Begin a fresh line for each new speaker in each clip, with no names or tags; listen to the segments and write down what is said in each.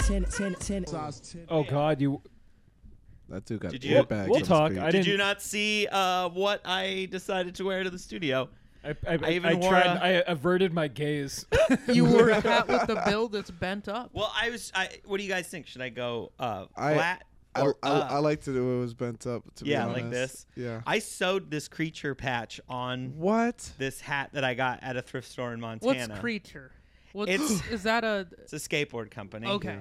ten, ten, ten.
Oh God, you.
That dude got
Did
four
you-
bags.
We'll
of
talk.
speed.
I
Did
didn't-
you not see uh, what I decided to wear to the studio?
I, I, I,
even wore
tried.
a-
I averted my gaze.
You wore a hat with the bill that's bent up.
Well, I was. I, what do you guys think? Should I go uh,
I-
flat?
I,
or
I,
up?
I like to do it was bent up. To be
yeah,
honest.
like this.
Yeah.
I sewed this creature patch on
what?
this hat that I got at a thrift store in
What's
Montana.
creature? What's
It's-
is that a
It's a skateboard company.
okay?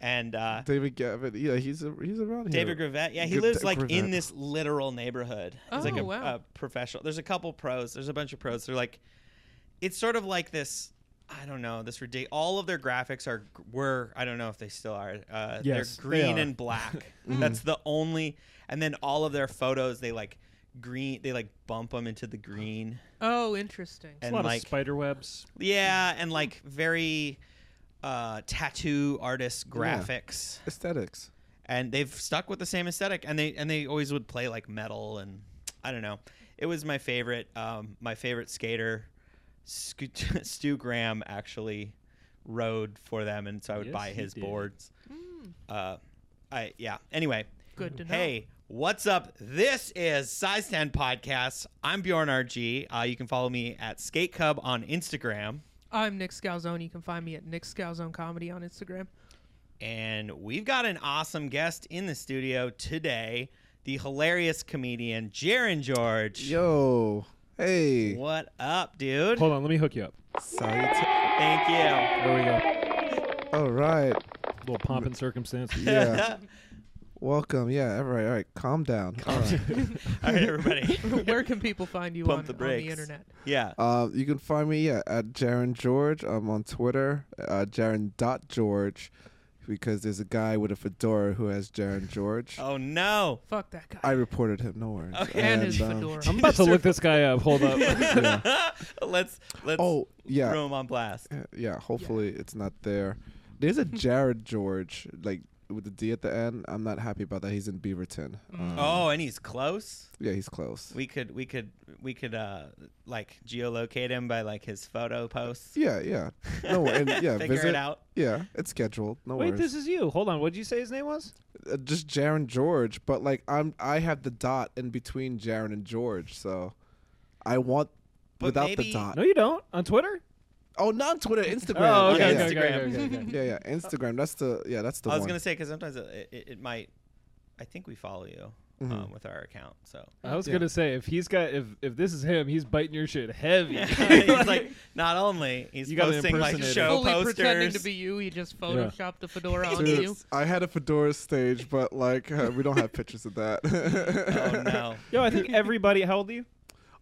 And uh,
David Gavin. Yeah, he's a, he's around here.
David Gravett. Yeah, he
Good
lives
Dave
like in
Gravett.
this literal neighborhood. He's like
Oh,
a,
wow.
a professional. There's a couple pros. There's a bunch of pros. They're like, it's sort of like this. I don't know this ridiculous. All of their graphics are were I don't know if they still are. Uh,
Yes, they
they're green
are. Mm-hmm.
and black. That's the only. And then all of their photos, they like green. They like bump them into the green
Oh, interesting.
a
and
lot
like
of spider webs.
yeah, and like very uh, tattoo artist graphics
Aesthetics.
and they've stuck with the same aesthetic and they and they always would play like metal and i don't know it was my favorite um my favorite skater Sco- stu graham actually rode for them and so i would
Yes,
buy
he
his
did.
boards uh i yeah anyway
Mm. Good to know.
hey what's up this is size 10 podcast i'm bjorn rg uh, you can follow me at skate cub on instagram
I'm Nick Scalzone. You can find me at Nick Scalzone Comedy on Instagram.
And we've got an awesome guest in the studio today, the hilarious comedian Jaron George.
Yo. Hey.
What up, dude?
Hold on, let me hook you up.
Salut-
Thank you.
There we go.
All right.
little pomp and circumstance.
Yeah. Welcome. Yeah. All right. All right. Calm down. All right.
All right, everybody.
Where can people find you
Pump
on
the
on
brakes.
the internet?
Yeah.
Uh, you can find me yeah, at Jaron George. I'm on Twitter, uh, Jaron.George, because there's a guy with a fedora who has Jaron George.
Oh no.
Fuck that guy.
I reported him, no worries.
Okay.
and, his
um,
fedora.
I'm about to look this guy up. Hold up.
let's let's
Oh, yeah.
throw him on blast.
Uh, Yeah, hopefully it's not there. There's a Jared George, like with the D at the end. I'm not happy about that. He's in Beaverton. Um,
Oh, and he's close.
Yeah, he's close.
We could we could we could uh like geolocate him by like his photo posts.
yeah, yeah. No, and yeah,
Figure
visit.
it out.
Yeah, it's scheduled. No
Wait,
worries.
this is you. Hold on. What did you say his name was?
uh, just Jaron George, but like I'm I have the dot in between Jaron and George, so I want
But
without
maybe-
the dot.
No, you don't. On Twitter.
Uh, Oh, not on Twitter, Instagram.
Oh,
yeah,
okay,
yeah.
okay, okay,
Instagram.
okay, okay, okay.
yeah, yeah, Instagram. That's the yeah, that's the
I was
one.
gonna say because sometimes it, it, it might. I think we follow you
Mm-hmm.
um, with our account, so
I was
Yeah.
gonna say if he's got if if this is him, he's biting your shit heavy.
he's like not only he's
You gotta
posting like
impersonate
show
Fully
posters.
pretending to be you, he just photoshopped the fedora onto
Dude,
you.
I had a fedora stage, but like uh, we don't have pictures of that.
oh no!
Yo, I think everybody. How old are you?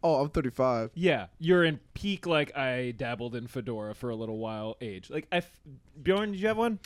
Oh, I'm 35.
Yeah, you're in peak like I dabbled in fedora for a little while. Age like I, f- Bjorn, did you have one?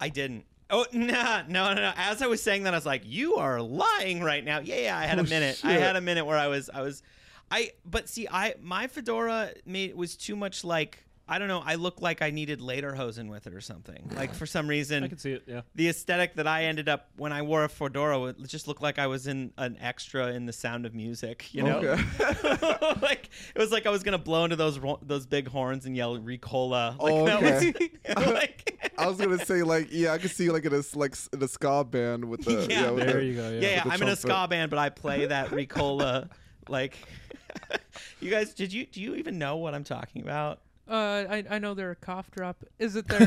I didn't. Oh nah, no, no, no! As I was saying that, I was like, "You are lying right now." Yeah, yeah. I had a
Oh,
minute. I
shit.
had a minute where I was, I was, I. But see, I my fedora made was too much like I don't know. I looked like I needed lederhosen with it or something. Like for some reason,
I can see it. Yeah.
the aesthetic that I ended up when I wore a fedora would just look like I was in an extra in The Sound of Music,
Oh,
you know.
Okay.
like it was like I was gonna blow into those ro- those big horns and yell "Ricola." Like,
Oh, okay.
That was, like,
I was gonna say like yeah, I could see like in a s- like s- in a ska band with the
Yeah.
yeah, with
There
the-
you go. Yeah.
yeah, yeah,
the
I'm in a
trumpet.
ska band, but I play that Ricola. like, you guys, did you do you even know what I'm talking about?
Uh, I, I know they're a cough drop. Is it their?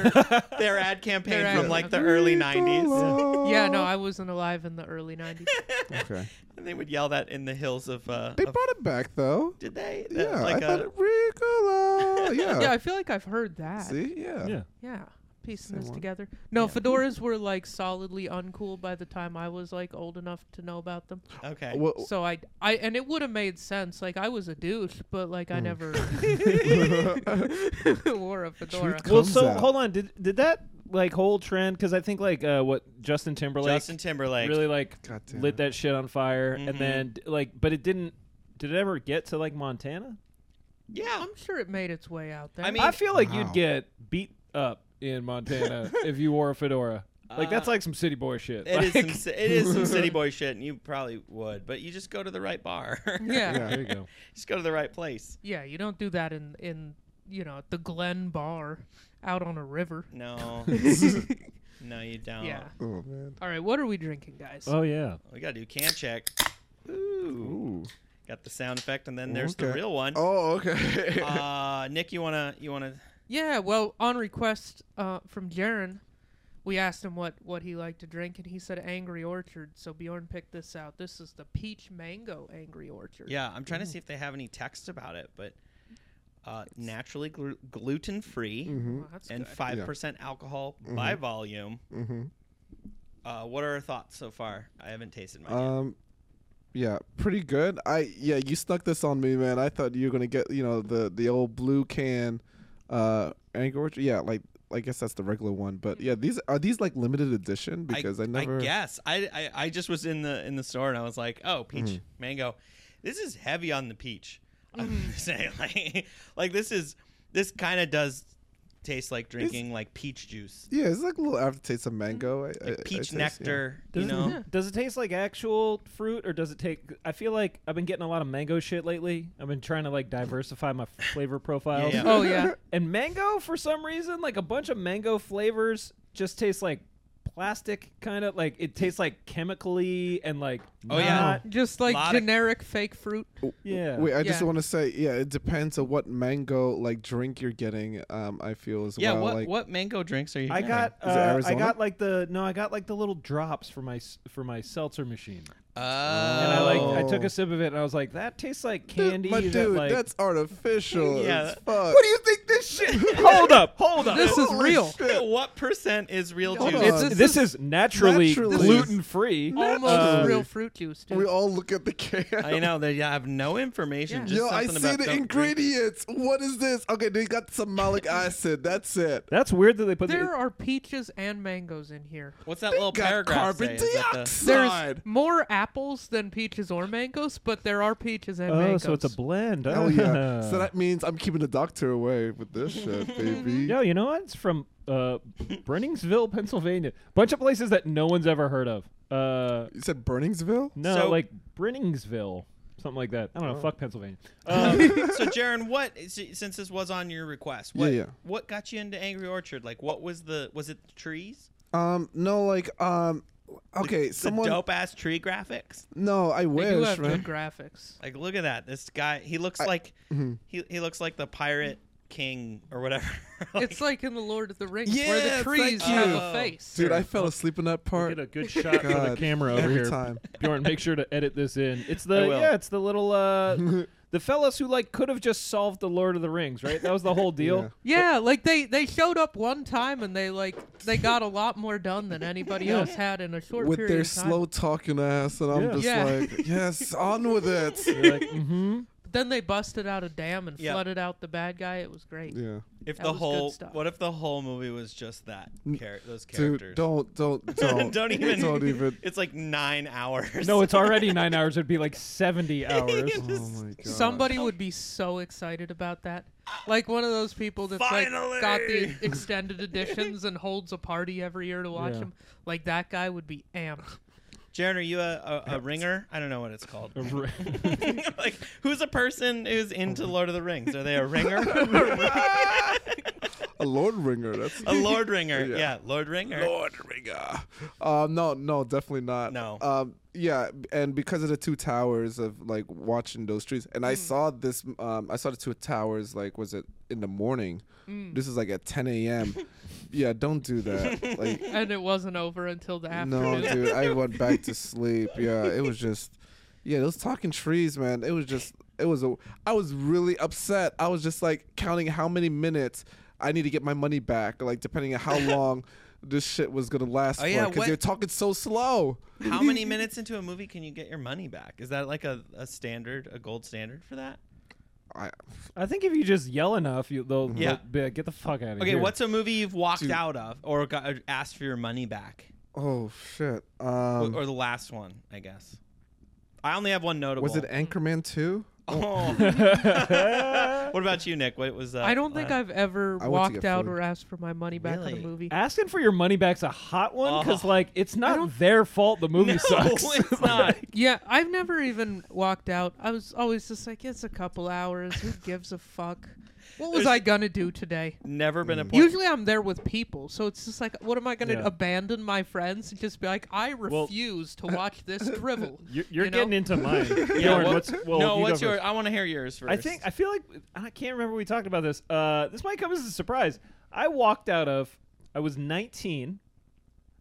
Their ad campaign
Their ad-
from like the early '90s,
yeah, no, I wasn't alive in the early '90s.
okay.
and they would yell that in the hills of. Uh,
They
of-
brought it back though.
did they? That-
Yeah,
like uh,
I thought
a-
it Ricola. Yeah.
yeah, I feel like I've heard that.
See, yeah.
Yeah.
Yeah, piecing
Same
this
one.
together. No, fedoras were like solidly uncool by the time I was like old enough to know about them.
okay.
Well,
So I, I, and it would have made sense. Like I was a douche, but like
Mm.
I never wore a fedora.
Truth
Well,
comes
so
out.
hold on. Did did that like whole trend? Because I think like uh, what Justin Timberlake
Justin Timberlake.
really like
God damn
lit
it.
that shit on fire,
Mhm.
and then d- like, but it didn't. Did it ever get to like Montana?
Yeah.
I'm sure it made its way out there.
I mean-
I feel like
Wow.
you'd get beat up in Montana if you wore a fedora. Like that's like some city boy shit.
Uh, It is
Like-
some, ci- it is some city boy shit, and you probably would, but you just go to the right bar.
yeah, yeah,
There you go.
just go to the right place.
you don't do that in in you know the Glen Bar out on a river.
No, No, you don't.
Yeah.
Oh man.
All right, what are we drinking, guys?
Oh yeah.
We gotta do can check. Ooh.
Ooh.
Got the sound effect, and then there's the
Okay.
real one.
Oh, okay.
Uh, Nick, you wanna you wanna?
Yeah, well, on request uh, from Jaren, we asked him what, what he liked to drink, and he said Angry Orchard. So Bjorn picked this out. This is the peach mango Angry Orchard.
Yeah, I'm trying to see if they have any text about it, but uh, naturally glu- gluten free
mm-hmm.
Well, that's
and
good.
five percent alcohol by volume.
Mm-hmm.
Uh, what are our thoughts so far? I haven't tasted mine. yet.
Um, yeah, pretty good. I yeah, you snuck this on me, man. I thought you were gonna get you know the the old blue can, uh, Angry Orchard. Yeah, like I guess that's the regular one, but yeah, these are these like limited edition because I, never.
I guess I, I I just was in the in the store and I was like, oh, peach
Mm-hmm.
mango, this is heavy on the peach. I'm gonna say like like this is this kind of does taste like drinking like peach juice,
Yeah, it's like a little aftertaste of mango. I, I- I
Mm-hmm. like peach
taste, Uh, yeah.
nectar.
Does,
You know,
yeah.
it, does it taste like actual fruit or does it take I feel like I've been getting a lot of mango shit lately. I've been trying to like diversify my flavor profiles.
Yeah.
Oh, yeah.
And mango for some reason like a bunch of mango flavors just taste like plastic kind of like it tastes like chemically and like
Oh, yeah.
not-
Just like
Lot of-
generic fake fruit.
yeah.
Wait, I just
Yeah.
want to say, yeah, it depends on what mango like drink you're getting. Um, I feel as
yeah.
well.
what
like,
what mango drinks are you?
I
having?
got
Oh, Is it
uh, I
Arizona?
got like the no I got like the little drops for my s- for my seltzer machine.
Oh.
And I like I
Oh.
took a sip of it and I was like that tastes like
Dude,
candy
my
that,
dude,
like
that's artificial.
Yeah.
as fuck.
What do you think this shit?
Hold up, hold up.
This is
Holy
real.
shit.
what percent is real
Hold
juice?
on.
It's,
Uh,
this is naturally, Um,
naturally-
gluten free.
Almost
Uh,
real fruit juice,
We
dude.
all look at the can.
I know they have no information.
Yeah.
Just
Yo, I
something
see
about
the
don't drink.
ingredients. What is this? Okay, they got some malic acid. That's it.
That's weird that they put
There are peaches and mangoes in here.
What's that little
Got
paragraph
carbon
say? Is that the-
dioxide.
More apples than peaches or mangoes, but there are peaches and
Oh,
mangoes.
so it's a blend.
Hell yeah. so that means I'm keeping the doctor away with this shit, baby.
Yo, you know what? It's from uh, Brenningsville, Pennsylvania. Bunch of places that no one's ever heard of. Uh,
You said Burningsville?
no,
So-
like Brenningsville, something like that. I don't know. Fuck Pennsylvania.
Um, so Jaron, what s- since this was on your request, what
Yeah, yeah.
what got you into Angry Orchard? Like, what was the was it the trees?
Um, no, like, um, okay, someone.
the dope ass tree graphics.
No, I
They do
wish,
have
man.
good graphics.
Like, look at that. This guy, he looks like
Mm-hmm.
he he looks like the pirate king or whatever.
It's like in the Lord of the Rings where
Yeah,
the
thank
trees have
you.
a face.
Dude, I fell asleep in that part.
Get a good shot for the
God,
camera over
every
here.
time.
Bjorn, make sure to edit this in. It's
I
the
will.
yeah, it's the little uh, the fellas who like could have just solved the Lord of the Rings, right? That was the whole deal.
Yeah.
yeah, like they they showed up one time and they like they got a lot more done than anybody else had in a short
With
period
their
of time.
slow talking ass, and I'm
Yeah.
just
Yeah.
like, yes, on with it.
You're like, mm-hmm.
then they busted out a dam and
Yeah.
flooded out the bad guy. It was great.
Yeah.
if
that
the
was good
whole
stuff.
what if the whole movie was just that char- those characters?
Dude, don't, don't, don't.
Don't even-
Don't even.
It's like nine hours.
No, it's already nine hours. It'd be like seventy hours.
Just
Oh my god.
Somebody would be so excited about that. Like one of those people that's
Finally!
like got the extended editions and holds a party every year to watch
Yeah.
them. Like that guy would be amped.
Jaron, are you a, a, a ringer? I don't know what it's called.
Right.
like, who's a person who's into Lord of the Rings? Are they a ringer?
a Lord Ringer. That's
a Lord Ringer. Yeah,
Yeah.
Lord Ringer.
Lord Ringer. Um, no, no, definitely not.
No.
Um, yeah, and because of the two towers of like watching those trees, and I saw this. Um, I saw the two towers. Like, was it in the morning? This is like at 10 a.m. yeah, don't do that. Like,
And it wasn't over until the
no,
afternoon.
dude, I went back to sleep. Yeah, it was just, yeah, those talking trees, man. It was just, it was a. I was really upset. I was just like counting how many minutes I need to get my money back, like depending on how long this shit was gonna last
Oh,
for.
yeah,
because
what-
they're talking so slow.
How many minutes into a movie can you get your money back? Is that like a, a standard, a gold standard for that?
I,
I think if you just yell enough, you, they'll,
Yeah.
they'll be like, get the fuck out of
Okay,
here.
what's a movie you've walked
Dude.
out of or got or asked for your money back?
oh shit.
Or-
Um,
or the last one, I guess. I only have one notable.
was it Anchorman two?
Oh. what about you, Nick? What was uh, that?
I don't think I've ever
I went to
walked
get
out
food.
or asked for my money back on
Really?
a movie.
asking for your money back's a hot one because
Oh.
like it's not their fault the movie
No,
sucks.
it's not.
Yeah, I've never even walked out. I was always just like, it's a couple hours. Who gives a fuck? What was I gonna do today?
Never been a point.
Usually I'm there with people, so it's just like, what am I gonna
Yeah.
abandon my friends and just be like, I refuse to watch this drivel.
You're, you're
You know?
getting into mine.
Yeah,
Bjorn,
what-
what's, well,
no,
you
what's
go
your?
first.
I want to hear yours first.
I think I feel like I can't remember we talked about this. Uh, this might come as a surprise. I walked out of. I was 19.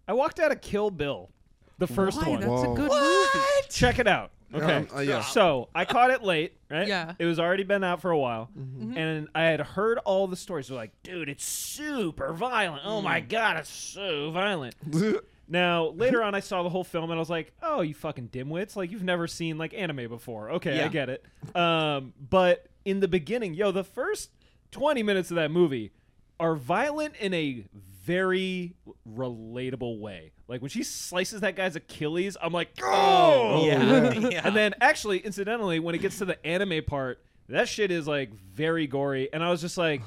I walked out of Kill Bill, the first
Why?
one.
That's a
Whoa.
good movie.
Check it out. Okay.
Um, uh, yeah.
So I caught it late, right?
Yeah.
It was already been out for a while.
Mm-hmm.
Mhm.
And I had heard all the stories. They're like, dude, it's super violent. Oh my
Mm.
God, it's so violent. Now, later on, I saw the whole film and I was like, oh, you fucking dimwits. Like, you've never seen like anime before. Okay, I
Yeah.
get it. Um, but in the beginning, yo, the first 20 minutes of that movie are violent in a very relatable way. Like, when she slices that guy's Achilles, I'm like, oh,
yeah, yeah.
and then, actually, incidentally, when it gets to the anime part, that shit is like very gory. And I was just like,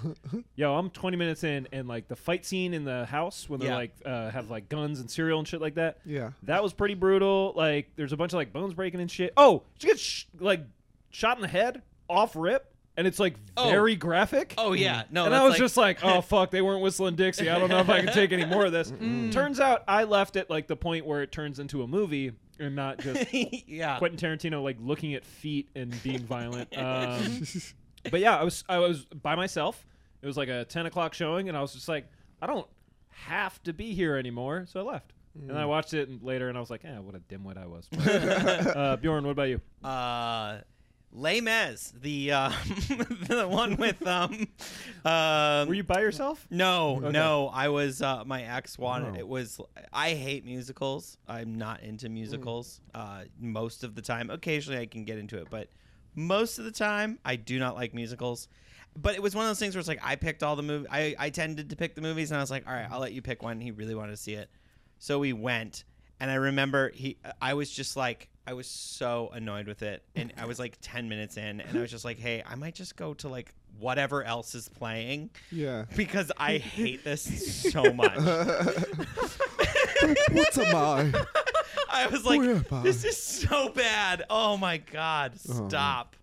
yo, I'm 20 minutes in, and like the fight scene in the house when they're
Yeah.
like, uh, have like guns and cereal and shit like that.
Yeah.
That was pretty brutal. Like, there's a bunch of like bones breaking and shit. Oh, she gets sh- like shot in the head off rip, and it's like
Oh.
very graphic.
Oh yeah, no.
Mm. and
that's
I was
like-
just like, oh fuck, they weren't whistling Dixie. I don't know if I can take any more of this. Turns out I left at like the point where it turns into a movie and not just
yeah.
Quentin Tarantino like looking at feet and being violent. Um, but yeah, I was I was by myself. It was like a ten o'clock showing, and I was just like, I don't have to be here anymore, so I left. And I watched it and- later, and I was like, "Yeah, what a dimwit I was." uh, Bjorn, what about you?
uh Les Mis, the uh, the one with um, um
Were you by yourself?
no, no. I was uh, my ex wanted. It was. I hate musicals. I'm not into musicals. Uh, most of the time, occasionally I can get into it, but most of the time I do not like musicals. But it was one of those things where it's like I picked all the movie. I I tended to pick the movies, and I was like, all right, I'll let you pick one. He really wanted to see it, so we went. And I remember he. I was just like. I was so annoyed with it, and I was like ten minutes in, and I was just like, "Hey, I might just go to like whatever else is playing."
Yeah.
because I hate this so much.
What's a my?
I was like,
Where am I?
this is so bad. Oh my god,
Oh.
stop.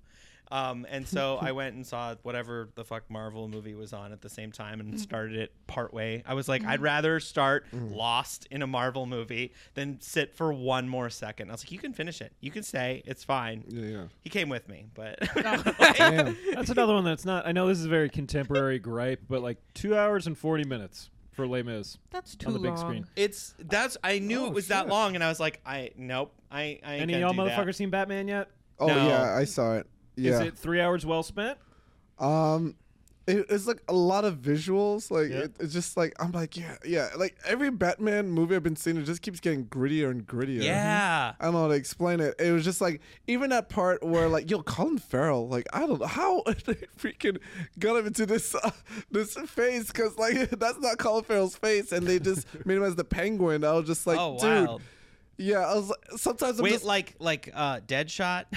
Um, and so I went and saw whatever the fuck Marvel movie was on at the same time and started it partway. I was like, I'd rather start
Mm.
lost in a Marvel movie than sit for one more second. I was like, you can finish it. You can stay. It's fine.
Yeah, yeah.
He came with me, but
Damn.
That's another one that's not. I know this is a very contemporary gripe, but like two hours and forty minutes for Les Mis.
That's too
On the big
long.
screen.
it's that's I knew
Oh,
it was
shit.
that long and I was like, I nope. I, I ain't
Any of y'all
gonna do
motherfuckers
that.
seen Batman yet?
Oh
No.
yeah, I saw it. Yeah.
Is it three hours well spent?
Um, it, it's like a lot of visuals. Like
Yeah.
it, it's just like I'm like yeah, yeah. Like every Batman movie I've been seeing, it just keeps getting grittier and grittier.
Yeah.
I don't know how to explain it. It was just like even that part where like yo Colin Farrell, like I don't know how they freaking got him into this uh, this face because like that's not Colin Farrell's face, and they just made him as the Penguin. I was just like,
Oh,
dude,
wild.
yeah. I was like, sometimes I'm
Wait,
just
like like uh, Deadshot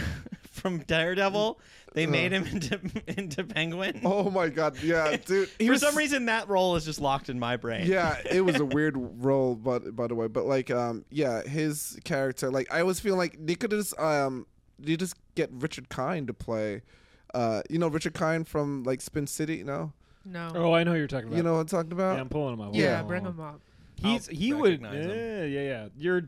from Daredevil, they made him into into Penguin.
Uh. oh my god, yeah, dude. He
For
was
some reason, that role is just locked in my brain.
yeah, it was a weird role, but by the way, but like, um, yeah, his character, like, I always feel like they could just, um, you just get Richard Kind to play, uh, you know, Richard Kind from like Spin City, you know,
No.
Oh, I know who you're talking about.
you know what I'm talking about?
yeah, I'm pulling them up.
yeah,
yeah.
bring them up.
He's
I'll
he would yeah,
recognize
yeah
him.
yeah. You're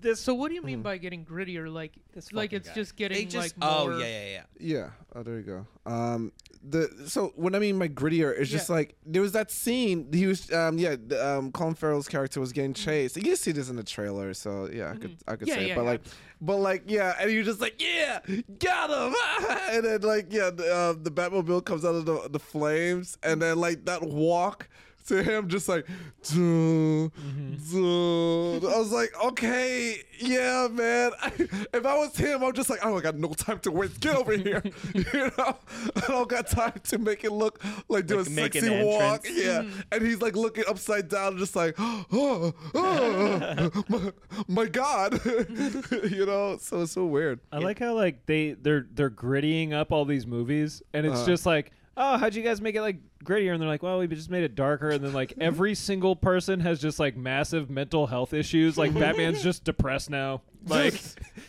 this
So what do you mean
Mm.
by getting grittier? Like,
This
like
fucking
it's
guy.
just getting
They just
like more.
oh yeah yeah yeah.
Yeah. Oh, there you go. Um, the so when I mean my grittier, it's just
Yeah.
like there was that scene. He was um yeah the, um Colin Farrell's character was getting chased. You can see this in the trailer, so yeah, I could I could
Yeah,
say
yeah,
it, but
yeah.
like but like yeah, and you're just like yeah, got him, ah!" and then like yeah, the, uh, the Batmobile comes out of the, the flames, and then like that walk. To him, just like, dude,
Mm-hmm.
dude. I was like, okay, yeah, man. if I was him, I'm just like, oh, I got no time to waste. Get over here. you know, I don't got time to make it look like do
Like,
a
make an
sexy walk.
entrance.
Yeah,
Mm-hmm.
and he's like looking upside down, just like, oh, oh, my, my God.
Mm-hmm.
you know, so it's so weird.
I like how like they they're they're grittying up all these movies, and it's
Uh-huh.
Uh.
just like, oh, how'd you guys make it like grittier? And they're like, well, we just made it darker, and then like every single person has just like massive mental health issues. Like Batman's just depressed now. Like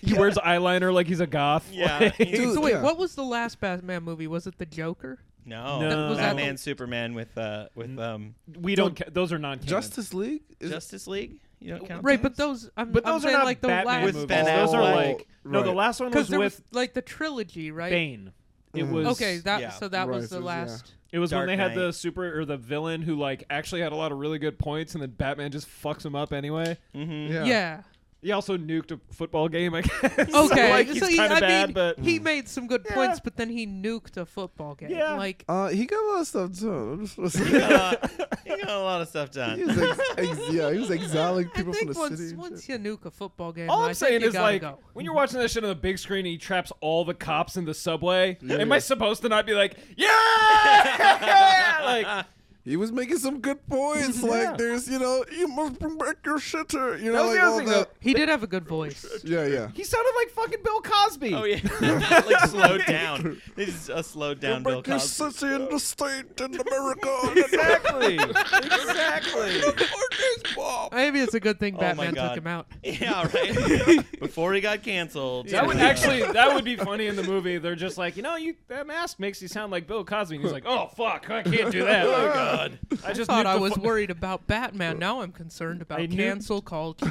he wears eyeliner like he's a goth.
Yeah.
Like-
He's-
So
Dude,
wait,
yeah.
what was the last Batman movie? Was it the Joker?
No,
No. Was that
Batman
the-
Superman with uh with um
We don't. Ca- those are non
Justice League. Mm. Is
Justice League. You don't count
Right, but
those.
those I'm,
But
I'm
those are
saying
not
like the
Batman
last
movies.
With Ben
those are
Affleck.
like no. The
Right.
last one was
because there
with
was like the trilogy, right?
Bane. It
Mm.
Mm-hmm.
was
Okay, that
Yeah.
so that was the
Rises, yeah.
last.
It was
Dark
when they had
Knight.
the super or the villain who like actually had a lot of really good points, and then Batman just fucks him up anyway.
Mm-hmm.
Yeah.
Yeah.
He also nuked a football game, I guess.
Okay,
like,
so
he's
he,
kind
I
of bad,
mean,
but
he made some good
Yeah.
points, but then he nuked a football game.
Yeah.
Like
Uh, he got a lot of stuff too.
he got a lot of stuff done.
he was ex- ex- yeah, he was exiling
I
people from
think
the
once
city. and
once
shit.
you nuke a football game,
all
I
I'm
think
saying
you
is
gotta
like
go.
when you're watching that shit on the big screen, and he traps all the cops in the subway. Am I supposed to not be like, yeah, like
He was making some good points.
Yeah.
Like there's, you know, you must bring back your shitter. You
that
know,
was
like
the
all
other thing though.
that.
he did have a good voice.
Yeah, yeah.
He sounded like fucking Bill Cosby.
Oh yeah, like slowed down. This is a slowed down Bill
Break your
Cosby.
city and the state and America.
exactly, exactly.
Maybe it's a good thing
Oh my
Batman took
God.
him out.
Yeah, right. Before he got canceled.
That would
Yeah.
actually that would be funny in the movie. They're just like, you know, you that mask makes you sound like Bill Cosby. And he's like, oh fuck, I can't do that. oh god, I just
Thought
nuked
I
the
was
fu-
worried about Batman. Now I'm concerned about
I nuked-
cancel culture.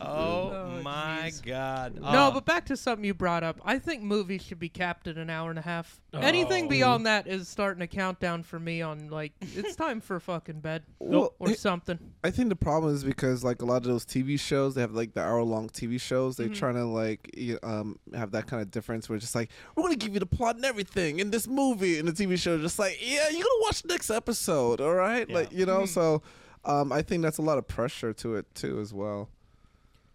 Oh,
Oh,
my
jeez.
god.
no,
Ah.
Oh,
but back to something you brought up. I think movies should be capped at an hour and a half.
Oh.
Anything beyond that is starting a countdown for me on like it's time for fucking bed
Well,
or something.
I think the problem is because like a lot of those TV shows, they have like the hour long TV shows. They're trying to like y- um have that kind of difference where it's just like we're gonna give you the plot and everything in this movie and the TV show, is just like yeah, you're gonna watch next episode, all right? Like you know, so um I think that's a lot of pressure to it too as well.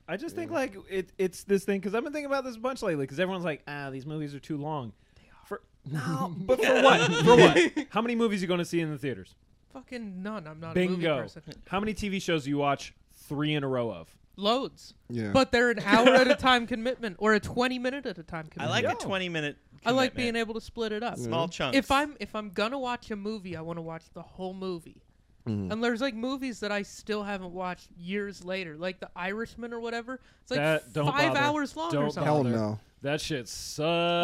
I just think like it, it's this thing because I've been thinking about this a bunch lately because everyone's like, ah, these movies are too long. For no, but for what? For what? How many movies are you going to see in the theaters?
Fucking none. I'm not a movie
Bingo.
person.
How many TV shows do you watch three in a row of?
Loads.
Yeah.
But they're an hour at a time commitment or a 20 minute at a time
I
commitment.
like
Yeah.
a 20 minute.
I like being
commitment.
able to split it up.
small
Mm-hmm.
chunks.
If I'm if I'm gonna watch a movie, I want to watch the whole movie.
Mm-hmm.
And there's like movies that I still haven't watched years later, like The Irishman or whatever. It's like
That- don't
5
bother.
hours long or
Don't
something.
Hell
bother.
no.
That shit sucks.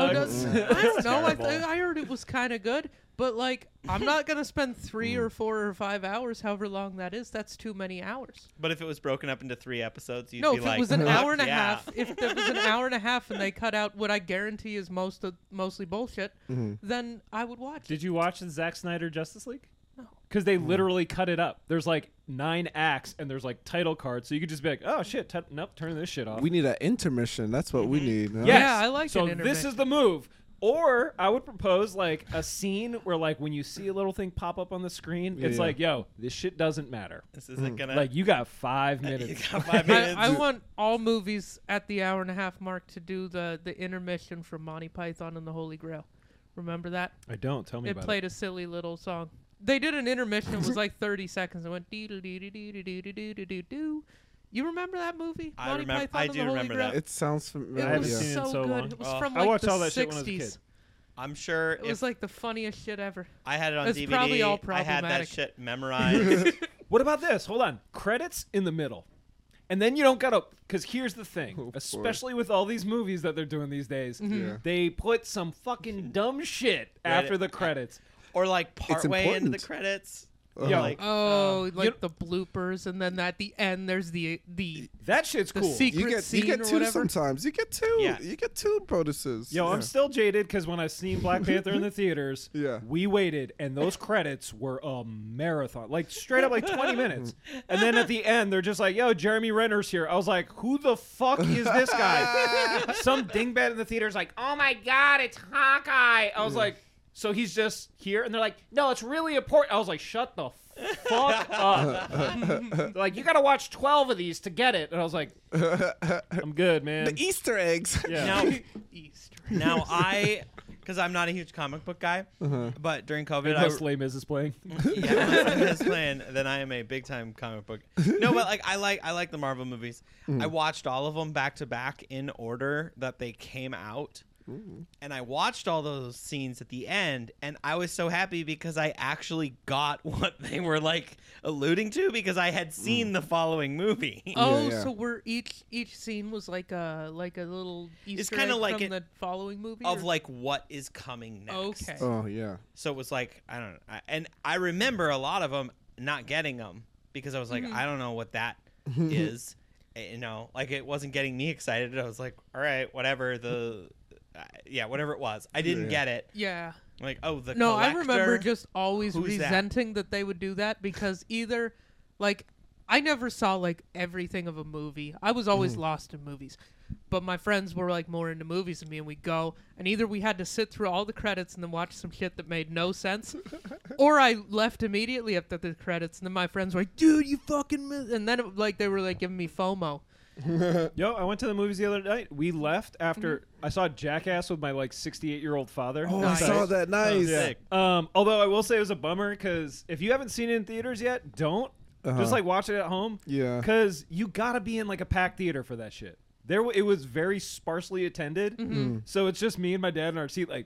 Oh, does- I don't know. I,
Terrible.
th- I heard it was kind of good, but like I'm not gonna spend
Mm.
three or four or five hours, however long that is. That's too many hours.
but if it was broken up into three episodes, you'd
no,
be
if
like,
it was an
"Fuck
hour and a
yeah."
half, if it was an hour and a half, and they cut out what I guarantee is most of, mostly bullshit,
Mm-hmm.
then I would watch. it.
Did you watch the Zack Snyder Justice League?
No.
Because they
Mm.
literally cut it up. There's like nine acts and there's like title cards, so you could just be like, "Oh shit, t- nope, turn this shit off."
We need an intermission. That's what we need. huh?
Yes.
Oh, Yeah, I liked
So
an
this
intermission.
is the move. Or I would propose like a scene where like when you see a little thing pop up on the screen, it's
Yeah.
like, yo, this shit doesn't matter.
This isn't gonna.
Mm. Like you got five
you
minutes.
got five
I,
minutes.
I want all movies at the hour and a half mark to do the the intermission from Monty Python and the Holy Grail. Remember that?
I don't. Tell me
It
about
played a silly little song. They did an intermission. It was like 30 seconds. It went dee doo doo doo doo doo doo doo doo doo doo. You remember that movie?
I
Monty
remem-
Python
I
and
do
the Holy
remember
Grail?
that.
It sounds
It
I
familiar.
haven't
was
seen it in
so,
so
good.
long.
It was
Well,
from
I
like
watched
the
all that
60s.
shit when I was a kid.
I'm sure
It
if
was like the funniest shit ever.
I had it on
It's
DVD,
probably all
I had that
problematic.
shit memorized.
it. What about this? Hold on. Credits in the middle. And then you don't gotta because here's the thing.
Oh, boy.
especially with all these movies that they're doing these days,
Mm-hmm.
Yeah.
they put some fucking dumb shit after the credits.
or like partway into the
important.
credits.
Yo,
Like,
Oh, like
know-
the bloopers, and then at the end, there's the the
That shit's
The
cool.
You
sequ- secret
get you
scene
get
or
two
whatever?
sometimes. You get two.
Yeah.
You get two bonuses.
Yo,
Yeah.
I'm still jaded because when I seen Black Panther in the theaters,
Yeah.
we waited, and those credits were a marathon, like straight up like 20 minutes. And then at the end, they're just like, "Yo, Jeremy Renner's here." I was like, "Who the fuck is this guy?" Some dingbat in the theater's like, "Oh my god, it's Hawkeye." I was like, "So he's just here?" And they're like, "No, it's really important." I was like, "Shut the fuck up!" like, you gotta watch 12 of these to get it. And I was like, "I'm good, man."
the e- Easter eggs.
yeah.
Now,
Easter.
now I, because I'm not a huge comic book guy,
Uh-huh.
but during COVID, I,
Unless Lame is playing.
yeah, unless I'm just playing, then I am a big time comic book. No, but like I like I like the Marvel movies. I watched all of them back to back in order that they came out. and I watched all those scenes at the end, and I was so happy because I actually got what they were like alluding to because I had seen the following movie.
Oh,
yeah.
so we're each each scene was like a like a little Easter
kinda
egg
like
from
it-
the following movie
Of
or-
like what is coming next.
Okay.
Oh yeah.
So it was like I don't know, I, and I remember a lot of them not getting them because I was like
Mm-hmm.
I don't know what that is, Eh, you know, like it wasn't getting me excited. I was like, all right, whatever the, uh, yeah, whatever it was, I didn't
Yeah.
get it.
Yeah.
Like oh the
No, I remember
collector.
just always
Who's that?
resenting that? they would do that because either, like, I never saw like everything of a movie. I was always
Mm-hmm.
lost in movies, but my friends were like more into movies than me, and we would go and either we had to sit through all the credits and then watch some shit that made no sense, or I left immediately after the credits, and then my friends were like, "Dude, you fucking," mi-" and then it, like they were like giving me FOMO.
Yo, I went to the movies the other night. We
Mm-hmm.
left after I saw Jackass with my like 68 year old father.
Oh,
Nice.
I saw that. Nice.
Yeah. Um, although I will say it was a bummer because if you haven't seen it in theaters yet, don't
Uh-huh.
just like watch it at home.
Yeah.
because you gotta be in like a packed theater for that shit. There, w- it was very sparsely attended,
Mm-hmm.
so it's just me and my dad in our seat, like.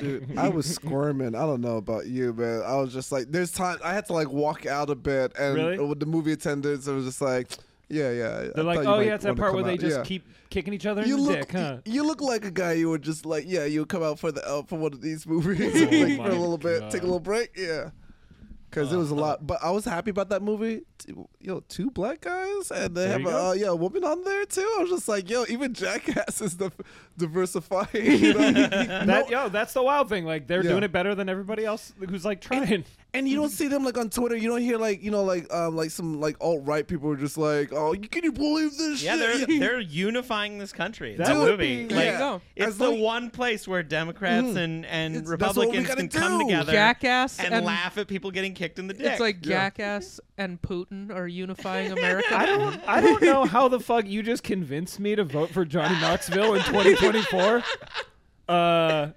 Dude, I was squirming. I don't know about you, man. I was just like, there's time. I had to like walk out a bit, and
Really?
with the movie attendants, it was just like, yeah, yeah.
They're like, oh yeah, it's that part where they just keep kicking each other in
You
the
look,
dick, huh?
you look like a guy. You would just like, yeah, you would come out for the uh, for one of these movies
Oh
like,
my
for a little bit, take
God. Uh-huh.
a little break, yeah. Because it was a lot, but I was happy about that movie. T- Yo, two black guys, and they
There
have
you
a
go.
uh, yeah, a woman on there too. I was just like, yo, even Jackass is the diversifying. You know?
That, yo, that's the wild thing. Like they're
Yeah.
doing it better than everybody else who's like trying.
And you don't see them like on Twitter. You don't hear like you know like um like some like alt right people are just like, oh, can you believe this
Yeah, they're
shit?
they're unifying this country. That
Dude,
movie,
there
like,
you go.
it's
As
the
long-
one place where Democrats and and
It's- that's what we
Republicans
gotta
can come
do.
together,
Mm. Jackass
and,
and-
laugh at people getting kicked in the dick.
It's like
Yeah.
Jackass and Putin are unifying America.
I don't, I don't know how the fuck you just convinced me to vote for Johnny Knoxville in 2024. Uh,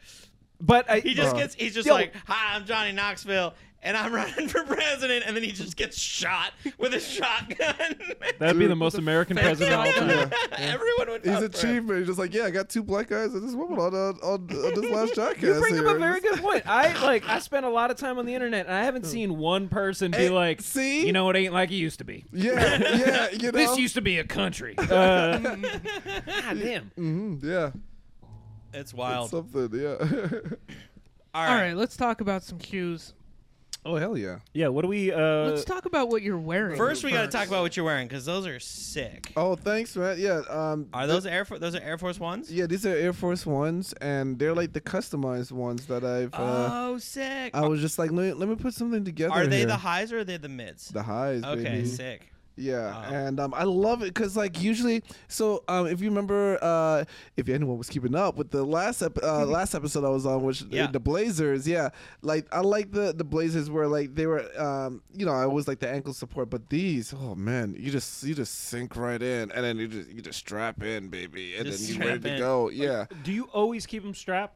but I,
he just
Uh-huh.
gets he's just
Yo.
like, "Hi, I'm Johnny Knoxville." And I'm running for president, and then he just gets shot with a shotgun.
that'd be the most American president of all time.
Everyone would.
He's
vote
a
for him.
achievement. He's just like, yeah, I got two black guys and this woman on on, on, on this last Jackass.
You bring up
here.
a very good point. I like I spent a lot of time on the internet and I haven't seen one person be
Hey,
like,
see?
you know, it ain't like it used to be.
Yeah, yeah, you know.
This used to be a country. Uh, God damn.
Mhm, yeah,
It's wild.
something. Yeah.
All
All
right.
right, let's talk about some shoes.
oh hell yeah.
Yeah. What do we? Uh,
Let's talk about what you're wearing.
First, we got to
first.
talk about what you're wearing because those are sick.
Oh thanks, man. Yeah. Um.
Are those Air Force? Those are Air Force Ones.
Yeah, these are Air Force ones, and they're like the customized ones that I've. Uh,
oh, sick.
I was just like, let me, let me put something together.
Are they
here.
the highs or are they the mids?
the highs?
okay,
baby.
sick.
Yeah,
Wow.
and um, I love it because like usually, so um, if you remember, uh, if anyone was keeping up with the last ep- uh, last episode I was on, which
Mm-hmm.
uh,
Yeah.
the Blazers, yeah, like I like the the Blazers where like they were, um, you know, I always like the ankle support, but these, oh man, you just you just sink right in, and then you just you just strap in, baby, and
Just
then
strap
you're ready to
in.
go. Yeah,
do you always keep them strapped?